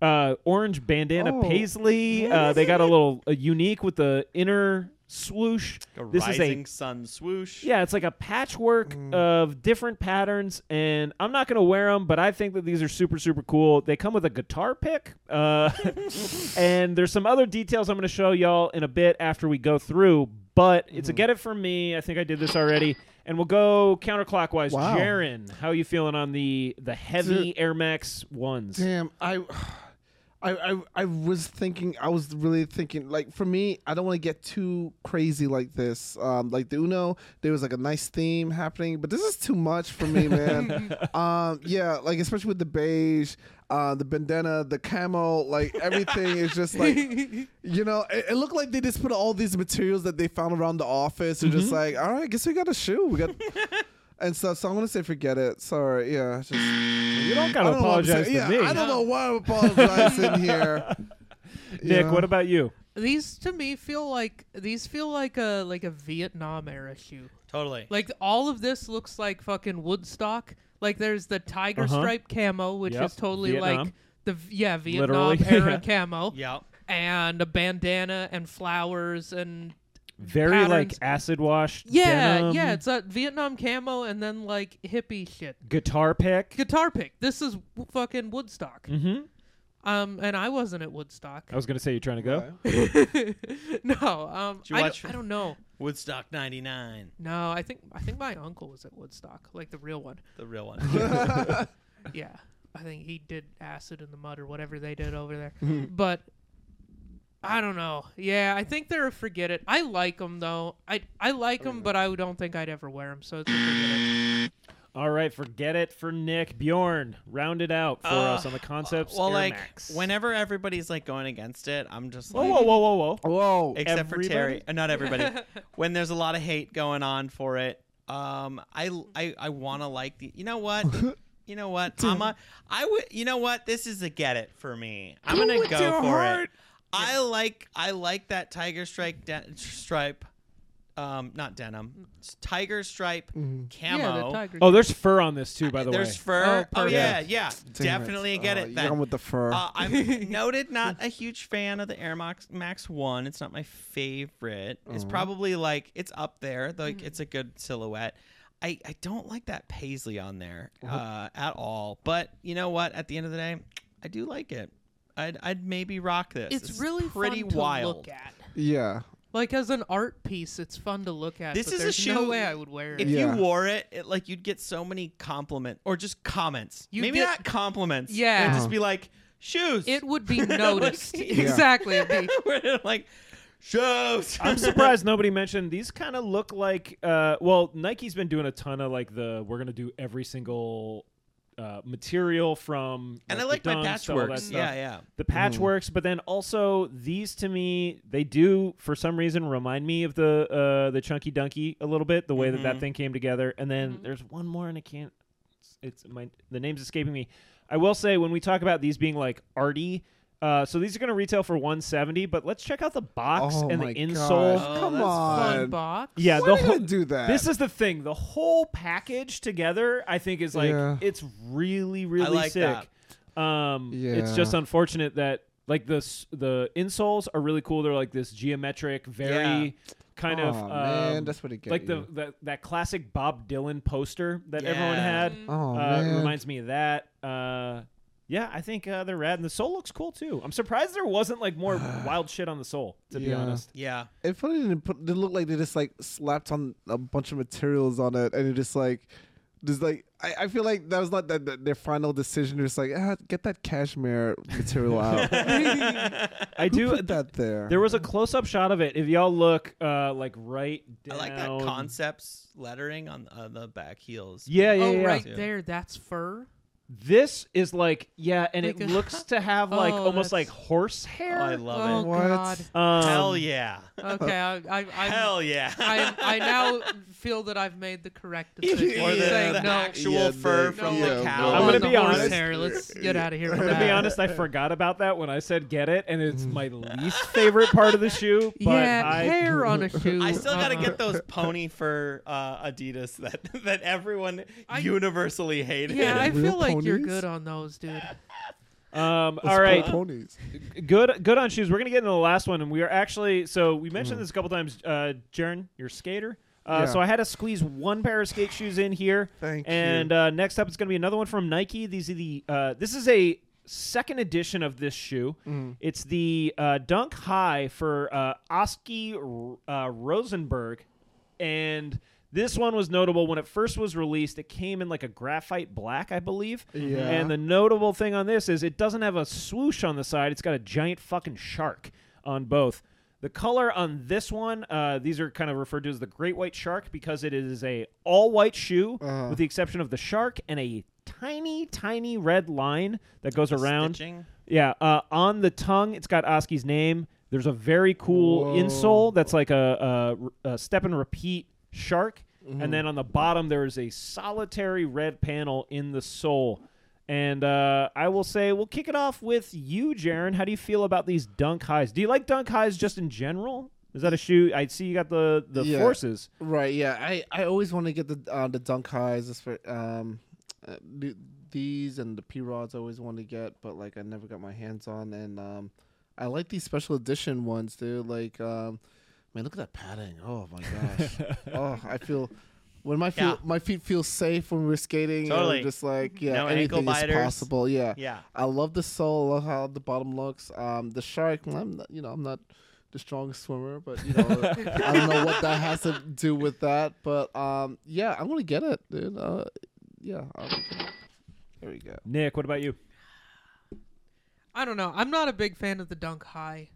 Uh, orange bandana
Oh.
paisley. Uh, they got a little a unique with the inner swoosh.
A
this is
rising
a
sun swoosh.
yeah, it's like a patchwork
Mm.
of different patterns, and I'm not gonna wear them, but I think that these are super super cool. They come with a guitar pick, uh, and there's some other details I'm gonna show y'all in a bit after we go through. But it's a
Mm.
get it from me. I think I did this already, and we'll go counterclockwise.
Wow.
Jaren, how are you feeling on the the heavy
Dude.
Air Max ones?
Damn, I, I, I, I was thinking. I was really thinking. Like for me, I don't want to get too crazy like this. Um, like the Uno, there was like a nice theme happening, but this is too much for me, man. um, yeah, like especially with the beige, uh, the bandana, the camo, like everything is just like, you know, it, it looked like they just put all these materials that they found around the office and just like, all right, I guess we got a shoe. We got. And stuff, so I'm gonna say forget it. Sorry, yeah. it's Just,
You don't gotta
I don't know what I'm saying.
apologize to
yeah,
me,
I don't know why I'm apologizing here.
Nick.
Yeah.
What about you?
These to me feel like these feel like a like a Vietnam era shoe.
Totally.
Like all of this looks like fucking Woodstock. Like there's the tiger
Uh-huh.
stripe camo, which
Yep.
is totally
Vietnam.
like the v- yeah Vietnam
Literally,
era
yeah.
camo,
yeah.
and a bandana and flowers and
very like
patterns.
acid washed.
Yeah,
denim,
yeah, it's a Vietnam camo and then like hippie shit.
guitar pick.
Guitar pick. This is w- fucking Woodstock.
hmm
Um, and I wasn't at Woodstock.
I was gonna say you're trying to go.
no, um,
you
I,
watch-
don't, I don't know.
Woodstock '99,
No, I think I think my uncle was at Woodstock, like the real one.
the real one.
Yeah, I think he did acid in the mud or whatever they did over there. but I don't know. Yeah, I think they're a forget it. I like them though. I I like them, but I don't think I'd ever wear them. So it's a forget it.
All right, forget it for Nick Bjorn. Round it out for
Uh,
us on the concepts.
well,
Air
like
Max.
whenever everybody's like going against it, I'm just
Whoa,
like,
whoa, whoa, whoa, whoa!
Whoa.
except for Terry,
Everybody?
uh, not everybody. when there's a lot of hate going on for it, um, I I, I want to like the. You know what? You know what? I'm a, I would. You know what? This is a get it for me. I'm
Go
gonna
with
go
your
for
heart.
it. I like I like that tiger strike de- stripe, um, not denim, It's tiger stripe camo.
Yeah, the tiger.
Oh, there's fur on this too, by the
There's
way. Uh,
fur.
Mm-hmm. Oh,
Oh, yeah,
perfect.
yeah.
Damn it.
Definitely a get
Oh,
it.
you're
Then.
on with the fur.
Uh, I'm noted not a huge fan of the Air Max, Max One. It's not my favorite. It's probably like it's up there. Like
Mm.
it's a good silhouette. I, I don't like that paisley on there uh, at all. But you know what? At the end of the day, I do like it. I'd, I'd maybe rock this.
it's
This is
really
pretty
fun to
wild.
look at.
yeah.
Like as an art piece, it's fun to look at.
This
but
is a
there's No
shoe-
way I would wear it.
If
Yeah.
you wore it, it, like you'd get so many compliments or just comments.
You
maybe
did-
not compliments.
Yeah.
it'd just be like shoes.
It would be noticed.
Like-
exactly. it'd be-
Where they're like shoes.
I'm surprised nobody mentioned these. Kind of look like, uh, well, Nike's been doing a ton of like the we're gonna do every single uh, material from.
and I
the
like my
dunks to all that
patchworks.
stuff.
Yeah, yeah.
the
Mm-hmm.
patchworks, but then also these to me they do for some reason remind me of the uh, the chunky donkey a little bit the way
Mm-hmm.
that that thing came together. And then there's one more, and I can't. It's, it's my the name's escaping me. I will say when we talk about these being like arty. Uh, so these are going to retail for 170, but let's check out the box
Oh
and
my
the insole.
gosh.
Oh,
Come
that's
on.
Fun box.
Yeah,
Why
the
are you
whole-
gonna do that?
This is the thing. The whole package together, I think, is like
Yeah.
it's really, really
like
sick. Um, it's
Yeah.
just unfortunate that like the s- the insoles are really cool. They're like this geometric, very
Yeah.
kind of
Aw,
um,
man, that's what it get
like the,
you.
the that classic Bob Dylan poster that everyone
Yeah.
had.
Oh
uh,
man.
Reminds me of that. Uh, yeah, I think uh, they're rad, and the soul looks cool too. I'm surprised there wasn't like more wild shit on the soul. To be
Yeah.
honest,
Yeah.
It funny didn't put. It looked like they just like slapped on a bunch of materials on it, and it just like, just like I, I feel like that was not that, that their final decision. It's like ah, get that cashmere material out.
I
Who
do.
put that there?
There was a close-up shot of it. If y'all look, uh, like right
I
down.
like that concepts lettering on, on the back heels.
Yeah, yeah,
oh,
yeah.
right
Yeah.
there. That's fur.
This is like, yeah, and it
Like a-
looks to have like
Oh,
almost like
that's-
horse
Oh,
hair.
I
oh
love
What?
God.
Oh,
it. Hell yeah.
Okay. I, I, I'm,
Hell yeah.
I, I now feel that I'm, I now feel that I've made the correct decision.
or the,
saying,
the
no,
actual
Yeah,
fur
the-
from
yeah,
the
no
cow.
I'm gonna
on the
be
horse
honest.
Hair. Let's get out of here.
I'm gonna be honest, I forgot about that when I said get it, and it's my
Mm.
least favorite part of the shoe. But
yeah,
I,
hair on a shoe.
I still gotta
uh-uh.
get those pony fur uh, Adidas that that everyone
I-
universally hated.
Yeah, I
Real
feel like you're
ponies?
good on those, dude.
um,
Those
all right,
poor ponies.
good, good on shoes. We're gonna get into the last one, and we are actually. So we
Mm.
mentioned this a couple times. Uh, Jaren, you're a skater. Uh,
Yeah.
So I had to squeeze one pair of skate shoes in here.
Thank
and,
you.
uh, next up is going to be another one from Nike. These are the. Uh, this is a second edition of this shoe.
Mm-hmm.
It's the uh, Dunk High for uh, Oski uh, Rosenberg, and this one was notable when it first was released. It came in like a graphite black, I believe.
Yeah.
And the notable thing on this is it doesn't have a swoosh on the side. It's got a giant fucking shark on both. The color on this one, uh, these are kind of referred to as the great white shark because it is a all white shoe
Uh-huh.
with the exception of the shark and a tiny, tiny red line that goes around.
Stitching.
Yeah, uh, on the tongue, it's got Oski's name. There's a very cool
Whoa.
insole that's like a, a, a step and repeat shark,
Mm-hmm.
and then on the bottom there is a solitary red panel in the sole. And uh, I will say we'll kick it off with you, Jaron. How do you feel about these dunk highs? Do you like dunk highs just in general? Is that a shoe? I see you got the the
Yeah.
forces.
Right. Yeah. I, I always want to get the uh, the dunk highs. As for, um, uh, th- these and the P rods I always want to get, but like I never got my hands on. And um, I like these special edition ones, dude. Like um, Man, look at that padding. Oh my gosh. oh, I feel when my feel, my feet feel safe when we're skating. Totally.
Totally.
just like yeah,
No
anything
ankle
is
biters.
possible. Yeah.
Yeah.
I love the sole. I love how the bottom looks. Um, the shark. I'm not, you know I'm not the strongest swimmer, but you know I don't know what that has to do with that. But um, yeah, I'm gonna get it, dude. Uh, yeah. I'm gonna get it. There we go.
Nick, what about you?
I don't know. I'm not a big fan of the Dunk High.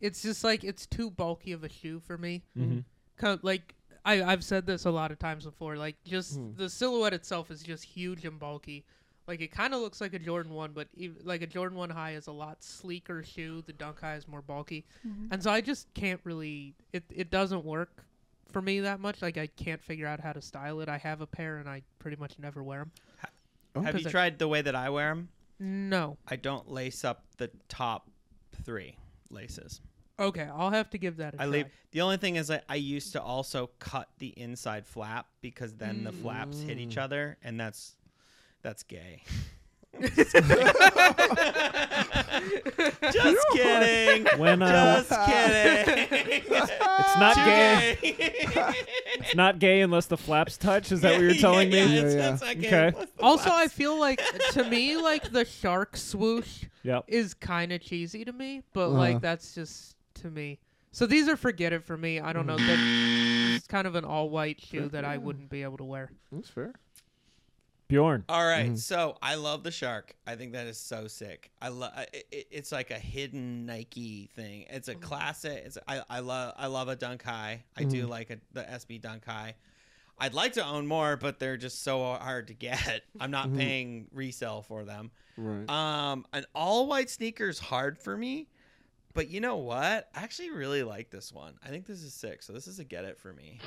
It's just like it's too bulky of a shoe for me.
Mm-hmm.
Co- like I, I've said this a lot of times before. Like just
Hmm.
the silhouette itself is just huge and bulky. Like it kind of looks like a Jordan One, but ev like a Jordan One High is a lot sleeker shoe. The Dunk High is more bulky, and so I just can't really. It it doesn't work for me that much. Like I can't figure out how to style it. I have a pair and I pretty much never wear them.
Have you
Oh, Because I-
tried the way that I wear them?
No.
I don't lace up the top three laces.
Okay, I'll have to give that a
I
try.
leave. The only thing is, I, I used to also cut the inside flap because then the flaps hit each other, and that's that's gay. Just kidding.
When uh,
Just kidding.
it's not
Too
gay,
gay.
it's not gay unless the flaps touch. Is that what you're telling
yeah,
me?
Yeah, it's,
Yeah,
it's not gay
Okay.
unless the
Also, I
flaps-
feel like to me, like the shark swoosh
Yep.
is kind of cheesy to me, but
Uh-huh.
like that's just to me. So these are forget it for me. I don't know. That it's kind of an all white shoe that I wouldn't be able to wear.
That's fair.
Bjorn.
All right, so I love the shark. I think that is so sick. I love it, it's like a hidden Nike thing. It's a classic. It's I, I love I love a dunk high. I do like a, the SB dunk high. I'd like to own more, but they're just so hard to get. I'm not paying resale for them.
Right.
Um, an all white sneaker is hard for me, but you know what? I actually really like this one. I think this is sick. So this is a get it for me.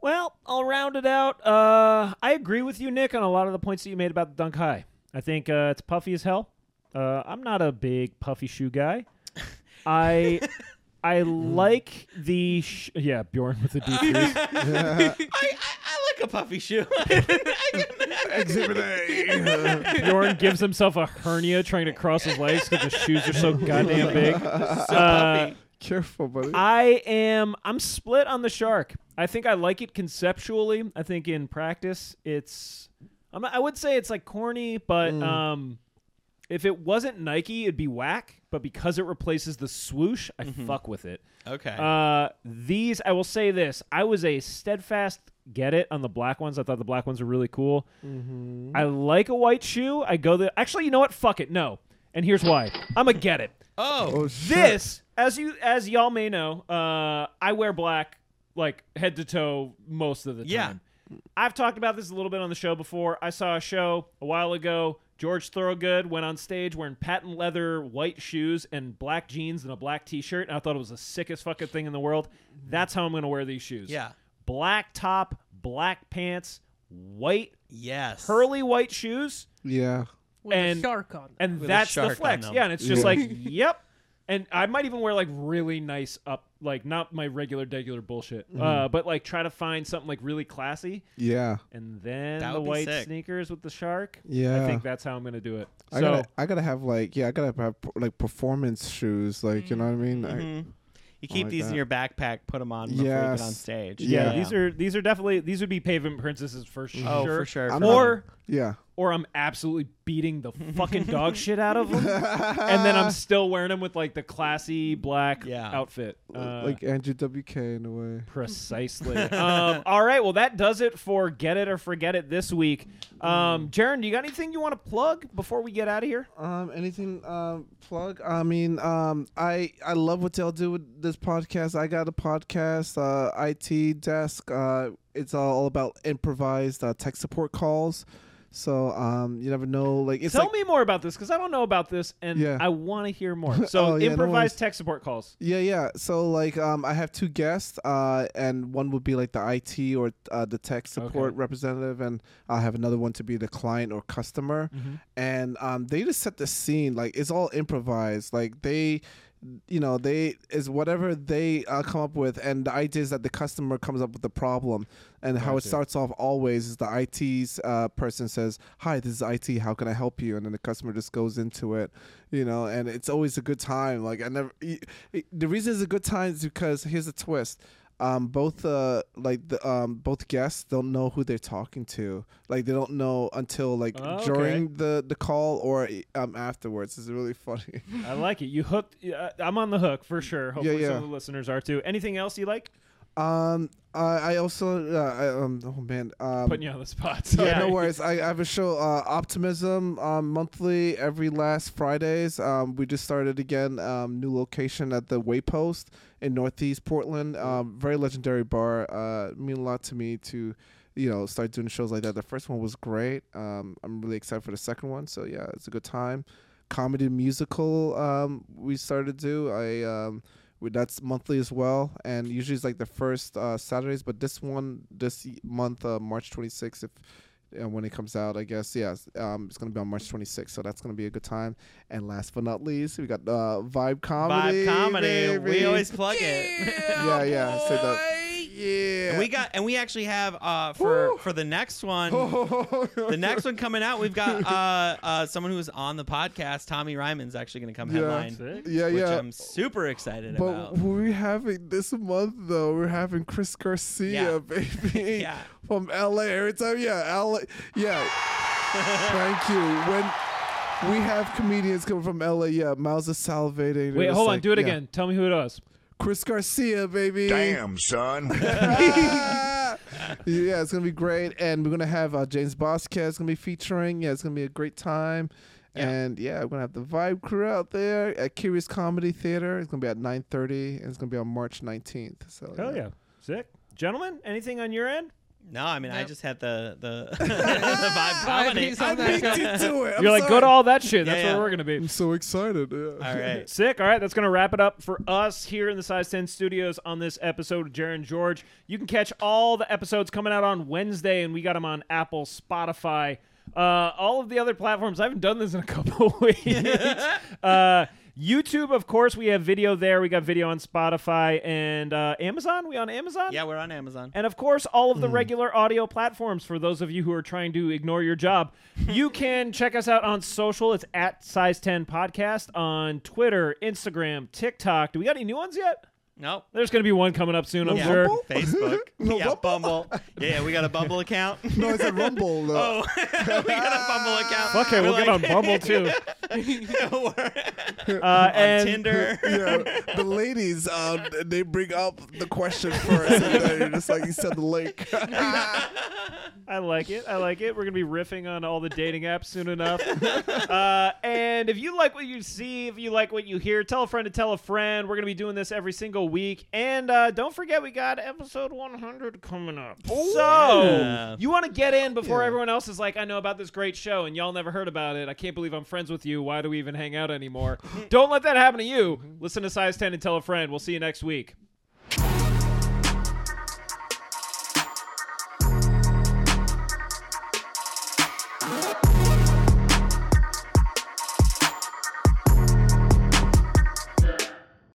Well, I'll round it out. Uh, I agree with you, Nick, on a lot of the points that you made about the Dunk High. I think uh, it's puffy as hell. Uh, I'm not a big puffy shoe guy. I I like the sh- yeah Bjorn with the deep freeze.
I, I, I like a puffy shoe.
Exhibit A.
Bjorn gives himself a hernia trying to cross his legs because the shoes are so goddamn big.
so
Uh,
puffy.
Careful, buddy.
I am I'm split on the shark. I think I like it conceptually. I think in practice it's I'm, I would say it's like corny, but um if it wasn't Nike, it'd be whack, but because it replaces the swoosh, I fuck with it.
Okay.
Uh these I will say this. I was a steadfast get it on the black ones. I thought the black ones were really cool. I like a white shoe. I go the Actually, you know what? Fuck it. No. And here's why. I'm a get it
oh,
oh shit.
this as you as y'all may know uh i wear black like head to toe most of the
Yeah.
time i've talked about this a little bit on the show before i saw a show a while ago george thorogood went on stage wearing patent leather white shoes and black jeans and a black t-shirt and i thought it was the sickest fucking thing in the world that's how i'm gonna wear these shoes
Yeah.
black top black pants white
yes.
pearly white shoes
Yeah.
With
And-
a shark on. it.
and
With a
that's
shark
the
on
flex.
them.
Yeah, and it's just
Yeah.
like, yep. And I might even wear like really nice up, like not my regular degular bullshit, uh,
Mm-hmm.
but like try to find something like really classy,
Yeah.
and then
That
the
would be
white
sick.
sneakers with the shark.
Yeah.
I think that's how I'm gonna do it. So
I gotta, I gotta have like, yeah, I gotta have like performance shoes, like you know what I mean. I-
You keep
like
these
that.
in your backpack, put them on before you
Oh Yes.
get on stage.
yeah,
Yeah. Mm-hmm.
these are these are definitely these would be pavement princesses for sure.
Oh, for sure.
I'm
for
not-
sure.
Or
yeah,
or I'm absolutely beating the fucking dog shit out of them, and then I'm still wearing them with like the classy black
Yeah.
outfit. Uh,
like Andrew WK in a way.
Precisely. um, all right. Well, that does it for Get It or Forget It this week. Um, Jaron, do you got anything you want to plug before we get out of here?
Um, anything um plug? I mean, um, I I love what y'all do with this podcast. I got a podcast, uh, IT desk. Uh, it's all about improvised uh, tech support calls. So um, you never know. Like it's
Tell
like,
me more about this because I don't know about this and
Yeah.
I want to hear more. So,
Oh, yeah, no worries.
improvised tech support calls.
Yeah, yeah. So like, um, I have two guests, uh, and one would be like the IT or uh, the tech support
Okay.
representative, and I'll have another one to be the client or
Mm-hmm.
customer, and um, they just set the scene. Like it's all improvised. Like they you know they is whatever they uh, come up with and the idea is that the customer comes up with the problem and how it
Gotcha.
starts off always is the IT's uh, person says hi this is IT how can I help you and then the customer just goes into it you know and it's always a good time like I never y- y- the reason it's a good time is because here's a twist um, both uh, like the um, both guests don't know who they're talking to like they don't know until like
Oh, okay.
during the the call or um, afterwards it's really funny
I like it. You hooked. yeah, I- I'm on the hook for sure. Hopefully,
yeah.
some of the listeners are too. Anything else you like?
Um, I, I also, uh, I, um, oh man, um,
Putting you on the spot.
yeah, no
Sorry.
worries. I, I have a show, uh, Optimism, um, monthly every last Fridays. Um, we just started again, um, new location at the Waypost in Northeast Portland. Um, very legendary bar. Uh, mean a lot to me to, you know, start doing shows like that. The first one was great. Um, I'm really excited for the second one. So yeah, it's a good time. Comedy musical. Um, we started to do. I um. We, that's monthly as well, and usually it's like the first uh, Saturdays. But this one, this y- month, uh, March 26th, if uh, when it comes out, I guess. Yes, um, it's gonna be on March 26th, so that's gonna be a good time. And last but not least, we got uh, Vibe Comedy.
Vibe comedy. We
baby.
always plug it.
Yeah, yeah, say that.
And
Yeah.
we got and we actually have uh for for the next one.
Oh.
The next one coming out, we've got uh, uh, someone who's on the podcast. Tommy Ryman's actually going to come
Yeah.
headline,
Sick.
Yeah,
which
yeah.
I'm super excited
but
about.
we're having this month though. We're having Chris Garcia,
Yeah.
baby,
Yeah.
from LA. Every time, yeah, LA, yeah. Thank you. When we have comedians coming from LA, yeah, Miles is salivating.
Wait,
It's
hold on.
like,
Do it
yeah.
again. Tell me who it was.
Chris Garcia, baby.
Damn, son.
yeah, it's gonna be great, and we're gonna have uh, James Bosquez gonna be featuring. Yeah, it's gonna be a great time,
Yeah.
and yeah, we're gonna have the Vibe crew out there at Curious Comedy Theater. It's gonna be at nine thirty, and it's gonna be on March nineteenth. So
Hell yeah. Sick. Gentlemen, anything on your end?
no, I mean I
Nope.
just had the the, the vibe comedy.
he's
I
on
beat
that show.
you to it. I'm
You're like, go
sorry.
to all that shit. That's
Yeah,
where
yeah.
we're going to be.
I'm so excited. yeah.
All right.
Sick. All right, that's going to wrap it up for us here in the Size 10 studios on this episode of Jaron George. You can catch all the episodes coming out on Wednesday, and we got them on Apple, Spotify, uh, all of the other platforms. I haven't done this in a couple of weeks. uh, YouTube, of course, we have video there. We got video on Spotify and uh, Amazon. We on Amazon?
Yeah, we're on Amazon.
And of course, all
Hmm.
of the regular audio platforms for those of you who are trying to ignore your job. you can check us out on social. It's at Size 10 Podcast on Twitter, Instagram, TikTok. Do we got any new ones yet?
Nope.
There's going to be one coming up soon, I'm
Yeah.
sure.
Bumble?
Facebook.
No
yeah, Bumble. Yeah, we got a Bumble account.
No, it's a Rumble. Though.
oh, we got a Bumble account.
Fuck it,
We're
we'll get on
like-
Bumble too.
we're
Uh,
on
and
Tinder.
Yeah, the ladies, um, they bring up the question first, and then you're just like, you said the link.
I like it. I like it. We're gonna be riffing on all the dating apps soon enough. uh, and if you like what you see, if you like what you hear, tell a friend to tell a friend. We're gonna be doing this every single week. And uh, don't forget, we got episode 100 coming up. so
Yeah.
you want to get in before
Yeah.
everyone else is like, I know about this great show, and y'all never heard about it. I can't believe I'm friends with you. Why do we even hang out anymore? don't let that happen to you. Listen to Size 10 and tell a friend. We'll see you next week.